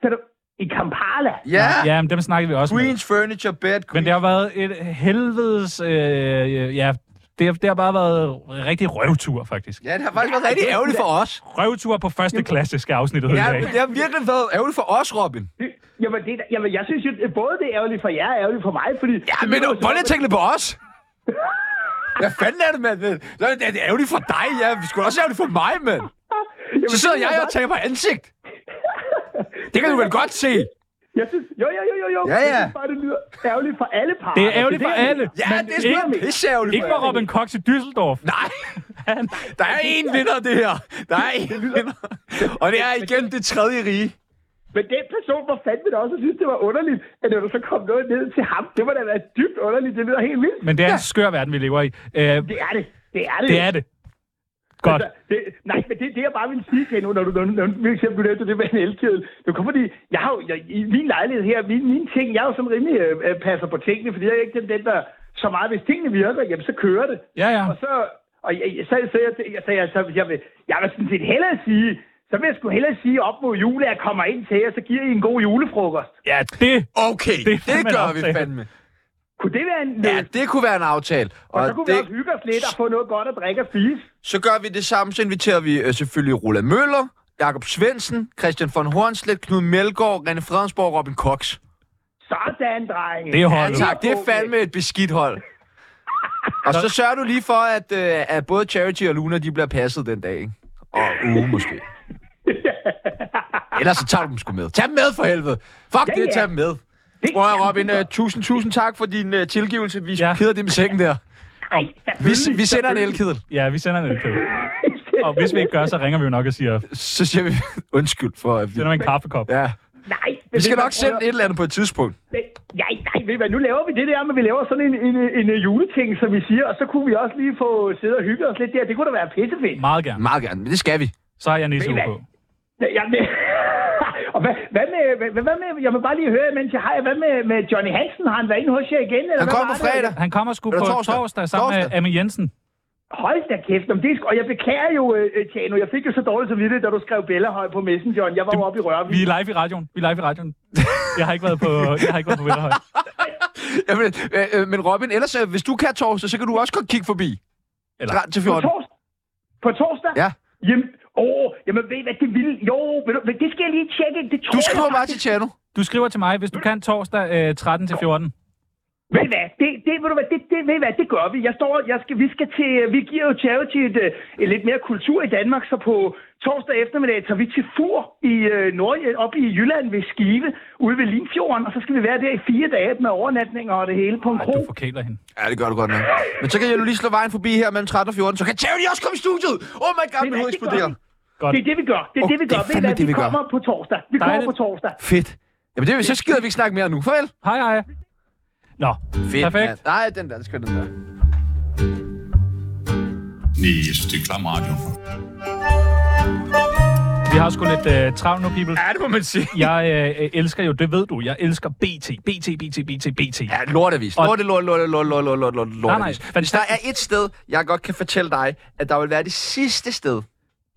så, der, I Kampala?
Ja. Ja, men dem snakkede vi også
Queens med. Furniture Bed.
Men det har været et helvedes... Øh, øh, ja, det, har- det har bare været en rigtig røvtur, faktisk.
Ja, det har faktisk været rigtig ærgerligt for os.
Røvtur på første klasse, skal afsnittet hedde
Ja,
i dag.
men det har
virkelig været ærgerligt for os, Robin.
Jamen, det, er- jamen jeg synes jo, at både det er ærgerligt for jer og ærgerligt for mig, fordi... Ja,
men du- prøv lige at tænke lidt på os. Hvad fanden er det, mand? Det er det er ærgerligt for dig, ja. Det skulle også ærgerligt for mig, mand. Så sidder jeg og taber ansigt. Det kan du vel godt se.
Jeg synes, jo, jo, jo, jo, jo.
Ja, ja.
Jeg synes bare, det lyder ærgerligt for alle parter.
Det er ærgerligt for
jeg
alle.
mener.
men ikke- Ikke for Robin Cox i Düsseldorf.
Nej. Der er én vinder, det her. Der er én vinder. Og det er igen det tredje rige.
Men den person var fandme da også og synes, det var underligt, at når du så kom noget ned til ham, det var da være dybt underligt. Det lyder helt vildt.
Men det er en skør verden, vi lever i. Øh,
Det er det. Det er det.
det er det. Godt.
Altså, det, nej, men det, det jeg bare vil sige, Keno, når du, når, du- når, når, for eksempel du nævnte det med en elkedel. Det kommer fordi, jeg har jo, jeg, i min lejlighed her, mine, mine ting, jeg er jo sådan rimelig øh, øh, passer på tingene, fordi jeg er ikke den, den der, så meget, hvis tingene virker, jamen så kører det.
Ja, ja.
Og så, og jeg, jeg, så, så, jeg, jeg, så, jeg, så, jeg, vil, jeg vil sådan set hellere sige, så vil jeg sgu hellere sige op mod jul, at jeg kommer ind til jer, så giver I en god julefrokost.
Ja, det...
Okay,
Det er
det,
fandme en
altså,
gør vi
aftale.
fandme.
Kunne det være en...
Ja, det kunne være en aftale.
Og, så kunne det... vi også hygge os lidt og få noget godt at drikke og spise.
Så gør vi det samme, så inviterer vi øh, selvfølgelig Roland Møller, Jakob Svendsen, Christian von Hornslet, Knud Melgaard, René Fredensborg og Robin Cox.
Sådan, drenge.
Ja, tak. Det er fandme et beskidt hold. Og så sørger du lige for, at, øh, at både Charity og Luna, de bliver passet den dag, ikke? Og uge måske. Ellers så tager du dem sgu med. Tag dem med for helvede. Fuck
Ja,
det,
ja.
tag dem med. Prøv at høre, Robin, øh, tusind, tusind tak for din øh, tilgivelse. Vi ja. keder det med sengen der. Vi, vi sender en elkedel.
Ja, vi sender en elkedel. Og hvis vi ikke gør, så ringer vi jo nok og siger...
Så siger vi *laughs* undskyld for... At vi...
Sender vi en kaffekop.
Ja.
Nej.
Vi skal
men-
nok sende et eller andet på et tidspunkt.
Nej, nej, nej, ved I hvad, nu laver vi det der, men vi laver sådan en, en, en, en juleting, som vi siger, og så kunne vi også lige få siddet og hygge os lidt der. Det kunne da være pissefedt.
Meget gerne.
Meget gerne, men det skal vi.
Så har jeg
Ved I
nissehue
hvad?
på.
Ja, Jamen, *laughs* og hvad, hvad, med, hvad, hvad med, jeg vil bare lige høre, mens jeg har, jer, hvad med, med Johnny Hansen, har han været inde hos jer igen? Eller hvad var det?
Han kommer sgu på
Eller
torsdag,
torsdag.
torsdag sammen torsdag. med
Torsdag.
Amin Jensen.
Hold da kæft, om det er sgu- og jeg beklager jo, øh, øh, Tjano, jeg fik jo så dårligt samvittighed, da du skrev Bellahøj på Messenger. Jeg var jo oppe i Rørvig.
Vi er live i radioen. Vi er live i radioen. Jeg har ikke været på, jeg har ikke været på Vellerhøj.
Jamen, øh, øh, men Robin, ellers, øh, hvis du kan torsdag, så kan du også godt kigge forbi.
Eller?
Dra- til
På
14.
torsdag? På torsdag?
Ja.
Jamen, åh, jamen ved I hvad det vil? Jo, ved du, det skal jeg lige tjekke. Det tror
Du skriver
jeg
bare til
faktisk-
Tjerno.
Du skriver til mig, hvis du kan torsdag øh, 13 til 14.
Ved I hvad, det, det, ved du hvad, det, det, ved I hvad, det gør vi. Jeg står, jeg skal, vi skal til, vi giver jo charity et, øh, et lidt mere kultur i Danmark, så på torsdag eftermiddag tager vi til Fur i øh, Nord, op i Jylland ved Skive, ude ved Limfjorden, og så skal vi være der i fire dage med overnatninger og det hele på en kro.
Du forkæler hende.
Ja, det gør du godt nok. Men så kan jeg jo lige slå vejen forbi her mellem 13 og 14, så kan Charity også komme i studiet. Oh my god,
Det er
min hoved
rigtigt
eksploderer.
Godt.
Det er det, vi gør. Det er
Åh,
det, vi
det er
gør. Ved I
fandme
hvad,
det,
vi
vi gør.
kommer på torsdag. Vi kommer på
Dejligt.
torsdag.
Fedt. Jamen, det, så skider vi ikke snakke mere nu. Farvel.
Hej, hej. Nå,
Fedt,
perfekt.
mand. Nej, den der, det skal den der.
Nej, jeg synes, det er klam radio.
Vi har sgu lidt øh, travlt nu, people.
Ja, det må man sige.
Jeg øh, øh, elsker jo, det ved du, jeg elsker BT, BT, BT, BT, BT.
Ja, lortevis. Lorte, lorte, lorte, lorte, lorte, lorte, lorte,
Nej, nej,
lortevis. Hvis der er et sted, jeg godt kan fortælle dig, at der vil være det sidste sted,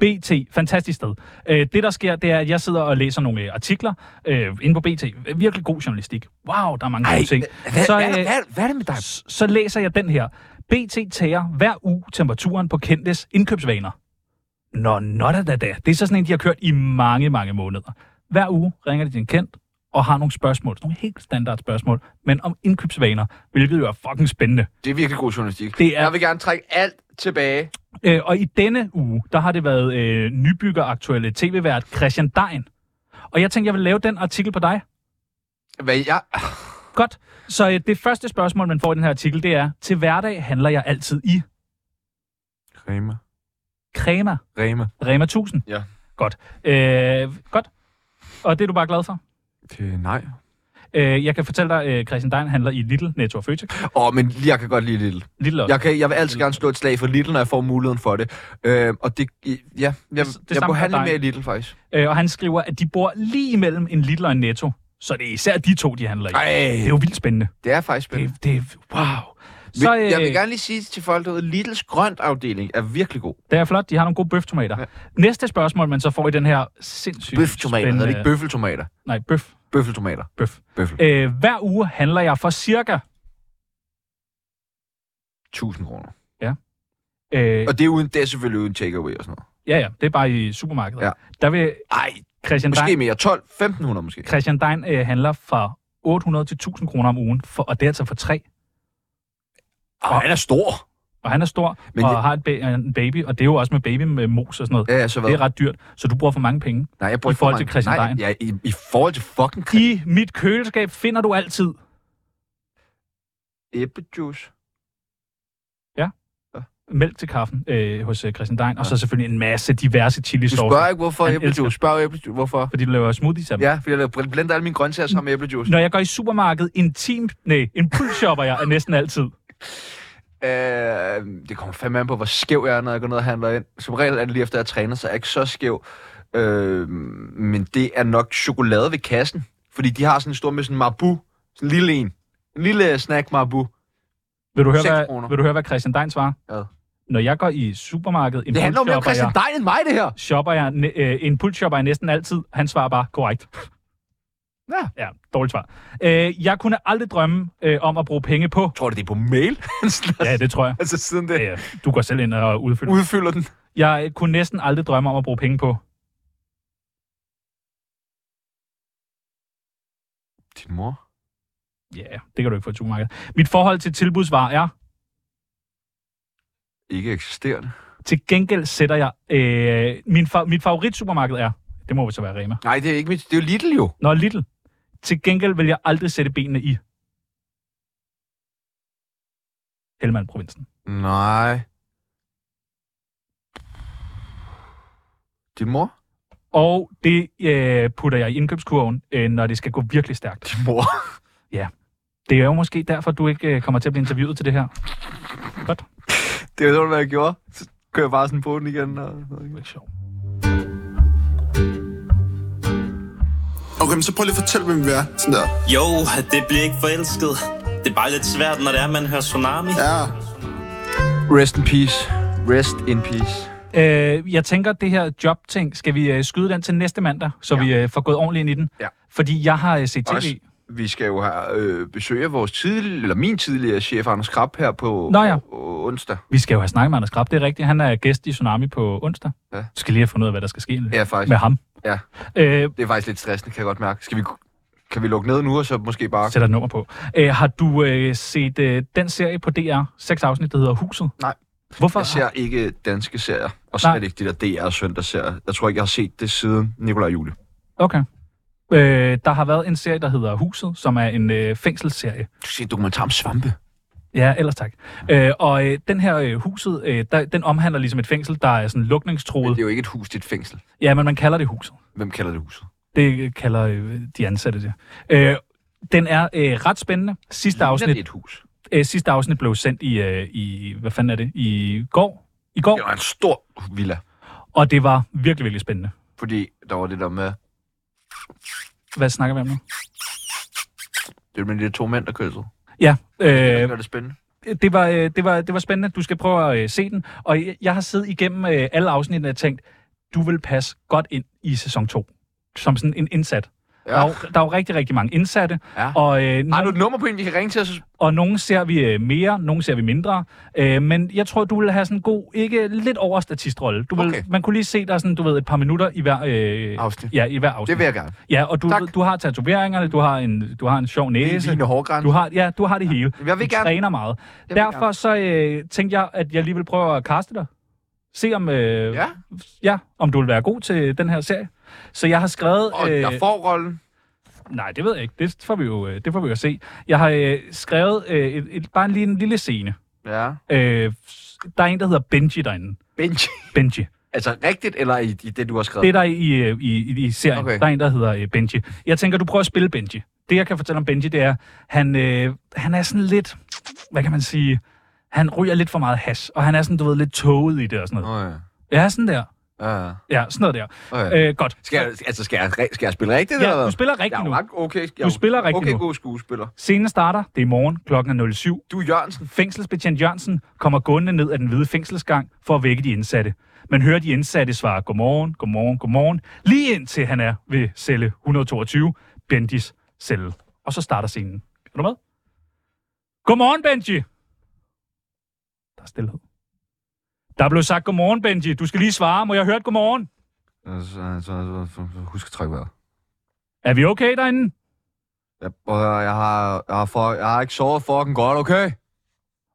BT, fantastisk sted. Øh, det, der sker, det er, at jeg sidder og læser nogle øh, artikler øh, inde på BT. Virkelig god journalistik. Wow, der er mange gode ting.
hvad- hvad
øh-
er der- hvad-
er det med dig? Så læser jeg den her. BT tager hver uge temperaturen på kendtes indkøbsvaner. Nå, nå da da da. Det er så sådan en, de har kørt i mange, mange måneder. Hver uge ringer de til en kendt og har nogle spørgsmål. Sådan Nogle helt standard spørgsmål, men om indkøbsvaner, hvilket jo er fucking spændende.
Det er virkelig god journalistik.
Det er-
Jeg vil gerne trække alt tilbage.
Øh, og i denne uge, der har det været øh, nybyggeraktuelle tv-vært Christian Dein. Og jeg tænkte, jeg vil lave den artikel på dig.
Hvad jeg...
Godt. Så øh, det første spørgsmål, man får i den her artikel, det er, til hverdag handler jeg altid i
Rema.
crema.
Rema.
Rema 1000.
Ja.
Godt. Øh, godt. Og det er du bare glad for?
Det, nej.
Øh, jeg kan fortælle dig, øh, Christian Dein handler i Lidl, Netto og Føtex.
Åh, oh, men jeg kan godt lide Little.
Lidl også.
Jeg, kan, jeg vil altid gerne slå et slag for Little, når jeg får muligheden for det. Øh, og det... Ja, jeg, jeg, jeg
samme
må
for
handle
dig.
mere i Little, faktisk.
Øh, og han skriver, at de bor lige imellem en Lidl og en Netto. Så det er især de to, de handler i.
Ej.
Det er jo vildt spændende.
Det er faktisk spændende.
Det, det wow.
Så, øh... Jeg vil gerne lige sige til folk derude, Littles grønt afdeling er virkelig god.
Det er flot, de har nogle gode bøftomater. Ja. Næste spørgsmål, man så får i den her sindssygt
Bøftomater, hedder det
spændende-
ikke bøffeltomater.
Nej, bøf.
Bøffeltomater.
Bøf.
Bøffel.
Øh, hver uge handler jeg for cirka...
1000 kroner.
Ja. Øh,
Og det er, uden, det er selvfølgelig uden takeaway og sådan noget.
Ja, ja, det er bare i supermarkedet. Ja. Der vil
Ej,
Christian
Måske
Dein,
mere. 12, 1500 måske.
Christian Dein øh, handler fra 800 til 1000 kroner om ugen, for, og det er altså for tre.
Og han er stor.
Og han er stor,
Men
Men og
jeg-
har et ba- en baby, og det er jo også med baby med mos og sådan noget.
Ja, ja, så hvad?
Det er ret dyrt, så du bruger for mange penge.
Nej, jeg bruger
I forhold
for
til
mange-
Christian
Nej,
Dein.
ja, i, i forhold til fucking
I mit køleskab finder du altid...
æblejuice.
Ja. Mælk til kaffen øh, hos øh, Christian Dein, og så selvfølgelig en masse diverse chili
Du spørger ikke, hvorfor æblejuice. Spørg æblejuice, hvorfor?
Fordi du laver smoothies af dem.
Ja, fordi jeg laver- blander alle mine grøntsager sammen med æblejuice.
Når jeg går i supermarkedet, intim... Nej, impulsshopper jeg næsten altid.
Øh, det kommer fandme an på, hvor skæv jeg er, når jeg går ned og handler ind. Som regel er det lige efter, at jeg træner, så jeg er ikke så skæv. Øh, men det er nok chokolade ved kassen. Fordi de har sådan en stor med sådan en marbu. Sådan en lille en. En lille øh, snack marbu.
Vil du høre,
Seks
hvad,
kroner.
vil du høre hvad Christian Dein svarer?
Ja.
Når jeg går i supermarkedet,
Det handler jo mere om Christian Dein end mig, det her.
Shopper jeg, ne- øh, en pulshopper jeg næsten altid. Han svarer bare korrekt. Ja. Ja, dårligt svar. Øh, jeg kunne aldrig drømme øh, om at bruge penge på...
Tror du, det er på mail? *laughs*
ja, det tror jeg.
Altså siden det...
Ja, du går selv ind og udfylder.
Udfylder den.
Jeg øh, kunne næsten aldrig drømme om at bruge penge på...
Din mor?
Ja, yeah, det kan du ikke få i supermarkedet. Mit forhold til tilbudsvarer er...
Ikke eksisterende.
Til gengæld sætter jeg... Øh, min fa- mit favorit supermarked er... Det må vi så være Rema.
Nej, det er ikke mit. Det er jo Lidl jo.
Nå, Little. Til gengæld vil jeg aldrig sætte benene i. Helmand-provinsen.
Nej. Din mor?
Og det øh, putter jeg i indkøbskurven, øh, når det skal gå virkelig stærkt.
Mor.
Ja. Det er jo måske derfor, du ikke øh, kommer til at blive interviewet til det her. Godt.
*laughs* Det var hvad jeg gjorde. Så kører jeg bare sådan på den igen. Og... Det
er sjovt.
Okay, men så prøv lige at fortælle, hvem vi er. Sådan der.
Jo, det bliver ikke forelsket. Det er bare lidt svært, når det er, man hører tsunami.
Ja.
Rest in peace. Rest in peace.
Øh, jeg tænker, at det her job-ting, skal vi øh, skyde den til næste mandag, så ja. vi øh, får gået ordentligt ind i den?
Ja.
Fordi jeg har øh, set tv.
Også, vi skal jo have øh, besøg af vores tidlig, eller min tidligere chef, Anders Krab, her på
Nå ja.
onsdag.
Vi skal jo have snakket med Anders Krab, det er rigtigt. Han er gæst i Tsunami på onsdag.
Ja.
Du skal lige have fundet ud af, hvad der skal ske
Ja, faktisk.
med ham.
Ja.
Øh,
Det er faktisk lidt stressende, kan jeg godt mærke. Skal vi, kan vi lukke ned nu, og så måske bare...
Sætter et nummer på. Øh, har du øh, set øh, den serie på DR, seks afsnit, der hedder Huset?
Nej.
Hvorfor?
Jeg ser ikke danske serier, og
Nej.
slet ikke de der DR søndagsserier. Jeg tror ikke, jeg har set det siden Nikolaj Jule.
Okay. Øh, der har været en serie, der hedder Huset, som er en øh, fængselsserie.
Du ser dokumentar om svampe.
Ja, ellers tak. Øh, og øh, den her øh, huset, øh, der, den omhandler ligesom et fængsel, der er sådan lukningstroet.
Det er jo ikke et hus, det er et fængsel.
Ja, men man kalder det huset.
Hvem kalder det huset?
Det øh, kalder øh, de ansatte det. Øh, den er øh, ret spændende. Sidste afsnit,
et hus.
øh, sidste afsnit blev sendt i, øh, i, hvad fanden er det, i går. I går.
Det var en stor villa,
Og det var virkelig, virkelig spændende.
fordi der var det der med,
Hvad snakker vi om nu?
det var de der to mænd, der kyssede.
Ja,
Det
øh,
gør det spændende.
det, var, øh, det, var, det var spændende. Du skal prøve at øh, se den. Og jeg, jeg har siddet igennem øh, alle afsnittene og tænkt, du vil passe godt ind i sæson 2. Som sådan en indsat. Ja. Der, er jo, der er jo rigtig, rigtig mange indsatte.
Ja.
Og, øh,
Har du
nogen,
et nummer på en, vi kan ringe til os?
og nogle ser vi øh, mere, nogle ser vi mindre. Øh, men jeg tror, du vil have sådan en god, ikke lidt over statistrolle. Du vil,
Okay.
Man kunne lige se dig sådan, du ved, et par minutter i hver øh,
Afsnit.
Ja, i hver afsnit.
Det vil jeg gerne.
Ja, og du,
Tak.
du har tatoveringerne, du har en, du har en sjov næse.
Line Hårgræns.
Du har, ja, du har det hele.
Jeg vil
du
gerne.
træner meget.
vil
Derfor
gerne.
så øh, tænkte jeg, at jeg lige vil prøve at kaste dig. Se om, øh,
Ja.
ja, om du vil være god til den her serie. Så jeg har skrevet... øh,
Og jeg får rollen.
Nej, det ved jeg ikke. Det får vi jo, øh, det får vi jo at se. Jeg har øh, skrevet øh, et, et, bare en, lige en lille scene.
Ja.
Øh, der er en, der hedder Benji derinde.
Benji. *laughs*
Benji.
Altså rigtigt, eller i, i det, du har skrevet?
Det er der i, øh, i, i, i serien.
Okay.
Okay. Der er en, der hedder øh, Benji. Jeg tænker, du prøver at spille Benji. Det, jeg kan fortælle om Benji, det er, han, øh, han er sådan lidt... Hvad kan man sige? Han ryger lidt for meget hash, og han er sådan, du ved, lidt tåget i det og sådan noget.
Oh,
Ja, sådan der.
ja. ja.
Ja, sådan noget der.
Okay.
Øh, godt.
Skal jeg, altså, skal, jeg, re- skal jeg spille rigtigt,
Ja,
eller hvad?
du spiller rigtigt
jeg er jo
nu.
ret- Okay, jeg er
Du
jo-
spiller rigtigt
okay,
nu.
Okay, god skuespiller.
Scenen starter, det er i morgen, klokken er 07.
Du er Jørgensen.
Fængselsbetjent Jørgensen kommer gående ned ad den hvide fængselsgang for at vække de indsatte. Man hører de indsatte svare godmorgen, godmorgen, godmorgen, lige indtil han er ved celle 122. Benjis celle. Og så starter scenen. Er du med? Godmorgen, Benji! Der er stillhed. Der blev sagt godmorgen, Benji. Du skal lige svare. Må jeg høre et godmorgen?
Altså, altså, altså, husk at trække vejret.
Er vi okay derinde?
Jeg, prøv at høre, jeg, har, jeg, har for, jeg har ikke sovet fucking godt, okay?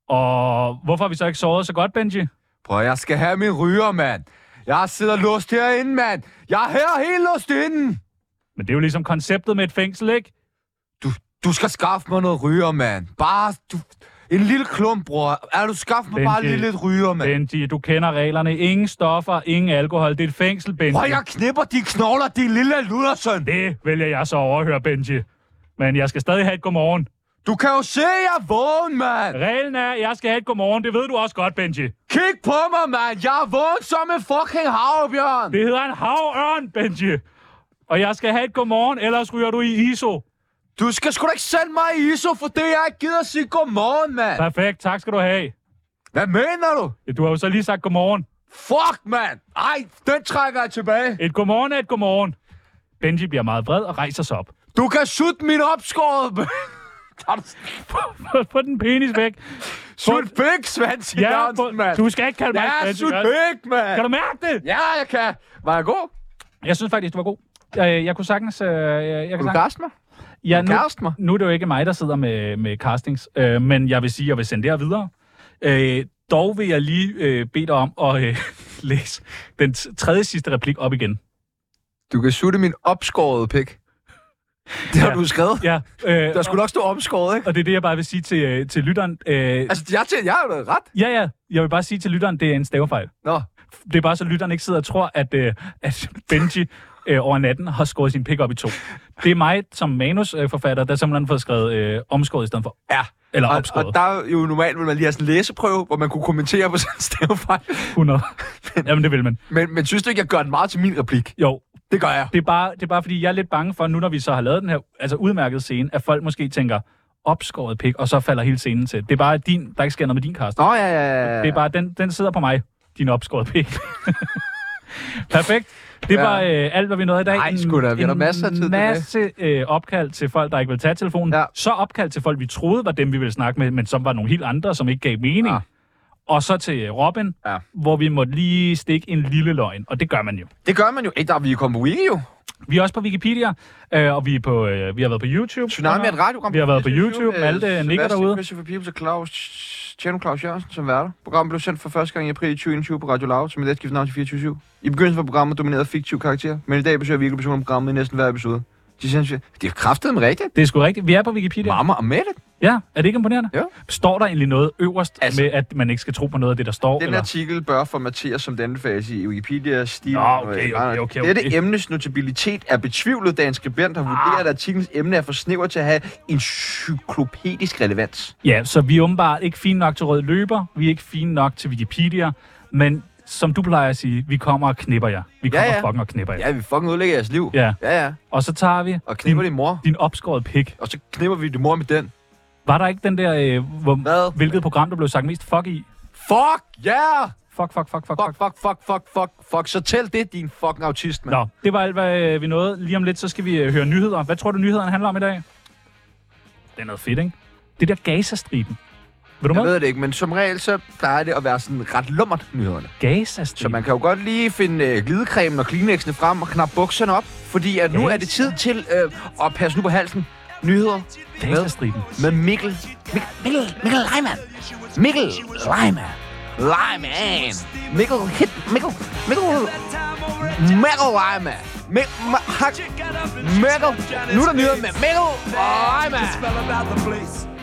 Og hvorfor har vi så ikke sovet så godt, Benji?
Prøv at, jeg skal have min ryger, mand. Jeg sidder låst herinde, mand. Jeg er her helt låst inde.
Men det er jo ligesom konceptet med et fængsel, ikke?
Du, du skal skaffe mig noget ryger, mand. Bare du, en lille klump, bror. Er du skaffet mig bare lige lidt ryger, mand?
Benji, du kender reglerne. Ingen stoffer, ingen alkohol. Det er et fængsel, Benji.
Prøv, jeg knipper de knogler, din lille ludersøn.
Det vælger jeg så at overhøre, Benji. Men jeg skal stadig have et godmorgen.
Du kan jo se, jeg er vågen, mand.
Reglen er, at jeg skal have et godmorgen. Det ved du også godt, Benji.
Kig på mig, mand. Jeg er vågen som en fucking havbjørn.
Det hedder en havørn, Benji. Og jeg skal have et godmorgen, ellers ryger du i ISO.
Du skal sgu da ikke sende mig i ISO, for det jeg ikke gider at sige godmorgen, mand.
Perfekt, tak skal du have.
Hvad mener du?
Ja, Du har jo så lige sagt godmorgen.
Fuck, mand. Ej, den trækker jeg tilbage.
Et godmorgen er et godmorgen. Benji bliver meget vred og rejser sig op. *laughs*
Du kan sutte min opskåret, *laughs* mand.
Få, få, få den penis væk.
Sut pik, Svans
Ja,
ja,
på-
mand.
du skal ikke kalde mig
Ja,
Svans
sut
Jørgensen.
pik, mand.
Kan du mærke det?
Ja, jeg kan. Var jeg god?
Jeg synes faktisk, du var god. Jeg, jeg kunne sagtens... Øh, jeg, jeg
Vil
kan
du
sagtens...
kaste mig?
Ja,
Vil du
nu,
kaste mig?
nu er det jo ikke mig, der sidder med, med castings, øh, men jeg vil sige, at jeg vil sende det her videre. Øh, dog vil jeg lige øh, bede dig om at øh, *laughs* læse den t- tredje sidste replik op igen.
Du kan sutte min opskårede
*laughs*
pik. Det har
Ja.
ja. du skrevet.
Ja, øh,
Der skulle nok stå opskåret, ikke?
Og det er det, jeg bare vil sige til, øh, til lytteren. Øh,
Altså, jeg, til, jeg har jo ret.
ja, ja, jeg vil bare sige til lytteren, det er en stavefejl.
Nå,
Det er bare så lytteren ikke sidder og tror, at, øh, at Benji øh, over natten har skåret sin pick op i to. Det er mig som manusforfatter, der simpelthen får skrevet øh, omskåret i stedet for er, eller
og,
opskåret.
og der er jo normalt, vil man lige have sådan en læseprøve, hvor man kunne kommentere på *laughs* sådan en stavefejl.
100. Jamen, det vil man.
Men, men synes du ikke, jeg gør den meget til min replik?
Jo,
Det gør jeg.
det er, bare, det er bare, fordi jeg er lidt bange for, nu når vi så har lavet den her altså udmærket scene, at folk måske tænker, opskåret pik, og så falder hele scenen til. Det er bare din, der ikke sker noget med din kast.
Nå, ja, ja, ja, ja.
Det er bare, den, den sidder på mig, din opskåret pik. *laughs* Perfekt. Det var øh, alt, hvad vi nåede i dag.
Nej, sgu da. Vi har da
En
masser af tid til det.
masse øh, opkald til folk, der ikke vil tage telefonen. Ja. Så opkald til folk, vi troede var dem, vi ville snakke med, men som var nogle helt andre, som ikke gav mening. Ja. Og så til øh, Robin, ja. hvor vi måtte lige stikke en lille løgn. Og det gør man jo.
Det gør man jo. Ikke der er vi er kommet på Wiki, jo.
Vi er også på Wikipedia, øh, og vi, er på, øh, vi har været på YouTube.
Tsunami er øh, et radioprogram.
Vi har været på YouTube. Malte nikker derude.
Christopher Pibels og Claus, Tjerno Claus Jørgensen som værter. Programmet blev sendt for første gang i april 2021 på Radio Loud, som i dag skiftet navn til 24 I begyndelsen var programmet domineret af fiktive karakterer, men i dag besøger virkelig personer programmet i næsten hver episode. De synes, det er kraftet med rigtigt.
Det er sgu rigtigt. Vi er på Wikipedia.
Mamma og Mette.
Ja, er det ikke imponerende?
Ja.
Står der egentlig noget øverst
Altså-
altså, med, at man ikke skal tro på noget af det, der står?
Den artikel bør formateres som denne fase i Wikipedia. Stil,
Nå, okay, okay, okay, okay.
Dette emnes notabilitet er betvivlet, da en skribent har
Ah.
vurderet, at artiklens emne er for snæver til at have en cyklopædisk relevans.
Ja, så vi er åbenbart ikke fine nok til Rød Løber. Vi er ikke fine nok til Wikipedia. Men som du plejer at sige, vi kommer og knipper jer. Vi
Ja,
kommer
ja.
fucking og knipper jer.
Ja, vi fucking ødelægger jeres liv.
Ja.
Ja, ja.
Og så tager vi
Og knipper din mor.
din opskåret pik.
Og så knipper vi din mor med den.
Var der ikke den der, øh, hvor,
Hvad?
hvilket program, der blev sagt mest fuck i?
Fuck, yeah!
Fuck, fuck, fuck, fuck,
Fuck, fuck, fuck, fuck, fuck, fuck. Så tæl det, din fucking autist, mand.
Nå, det var alt, hvad øh, vi nåede. Lige om lidt, så skal vi øh, høre nyheder. Hvad tror du, nyhederne handler om i dag? Det er noget fedt, ikke? Det der Gaza-striben. Vil du
Jeg
med?
ved det ikke, men som regel, så plejer det at være sådan ret lummert, nyhederne. Så
Gaza-striben.
man kan jo godt lige finde øh, glidecremen og Kleenexene frem og knappe bukserne op, fordi at nu
Yes.
er det tid til øh, at passe nu på halsen. Nyheder med,
Gaza-striben.
med Mikkel. Mikkel, Mikkel, Mikkel Reimann. Mikkel Reimann. Reimann. Mikkel Hit. Mikkel. Mikkel. Mikkel Reimann. Mikkel. Mikkel. Nu er der nyheder med Mikkel Reimann.
Spell about the place.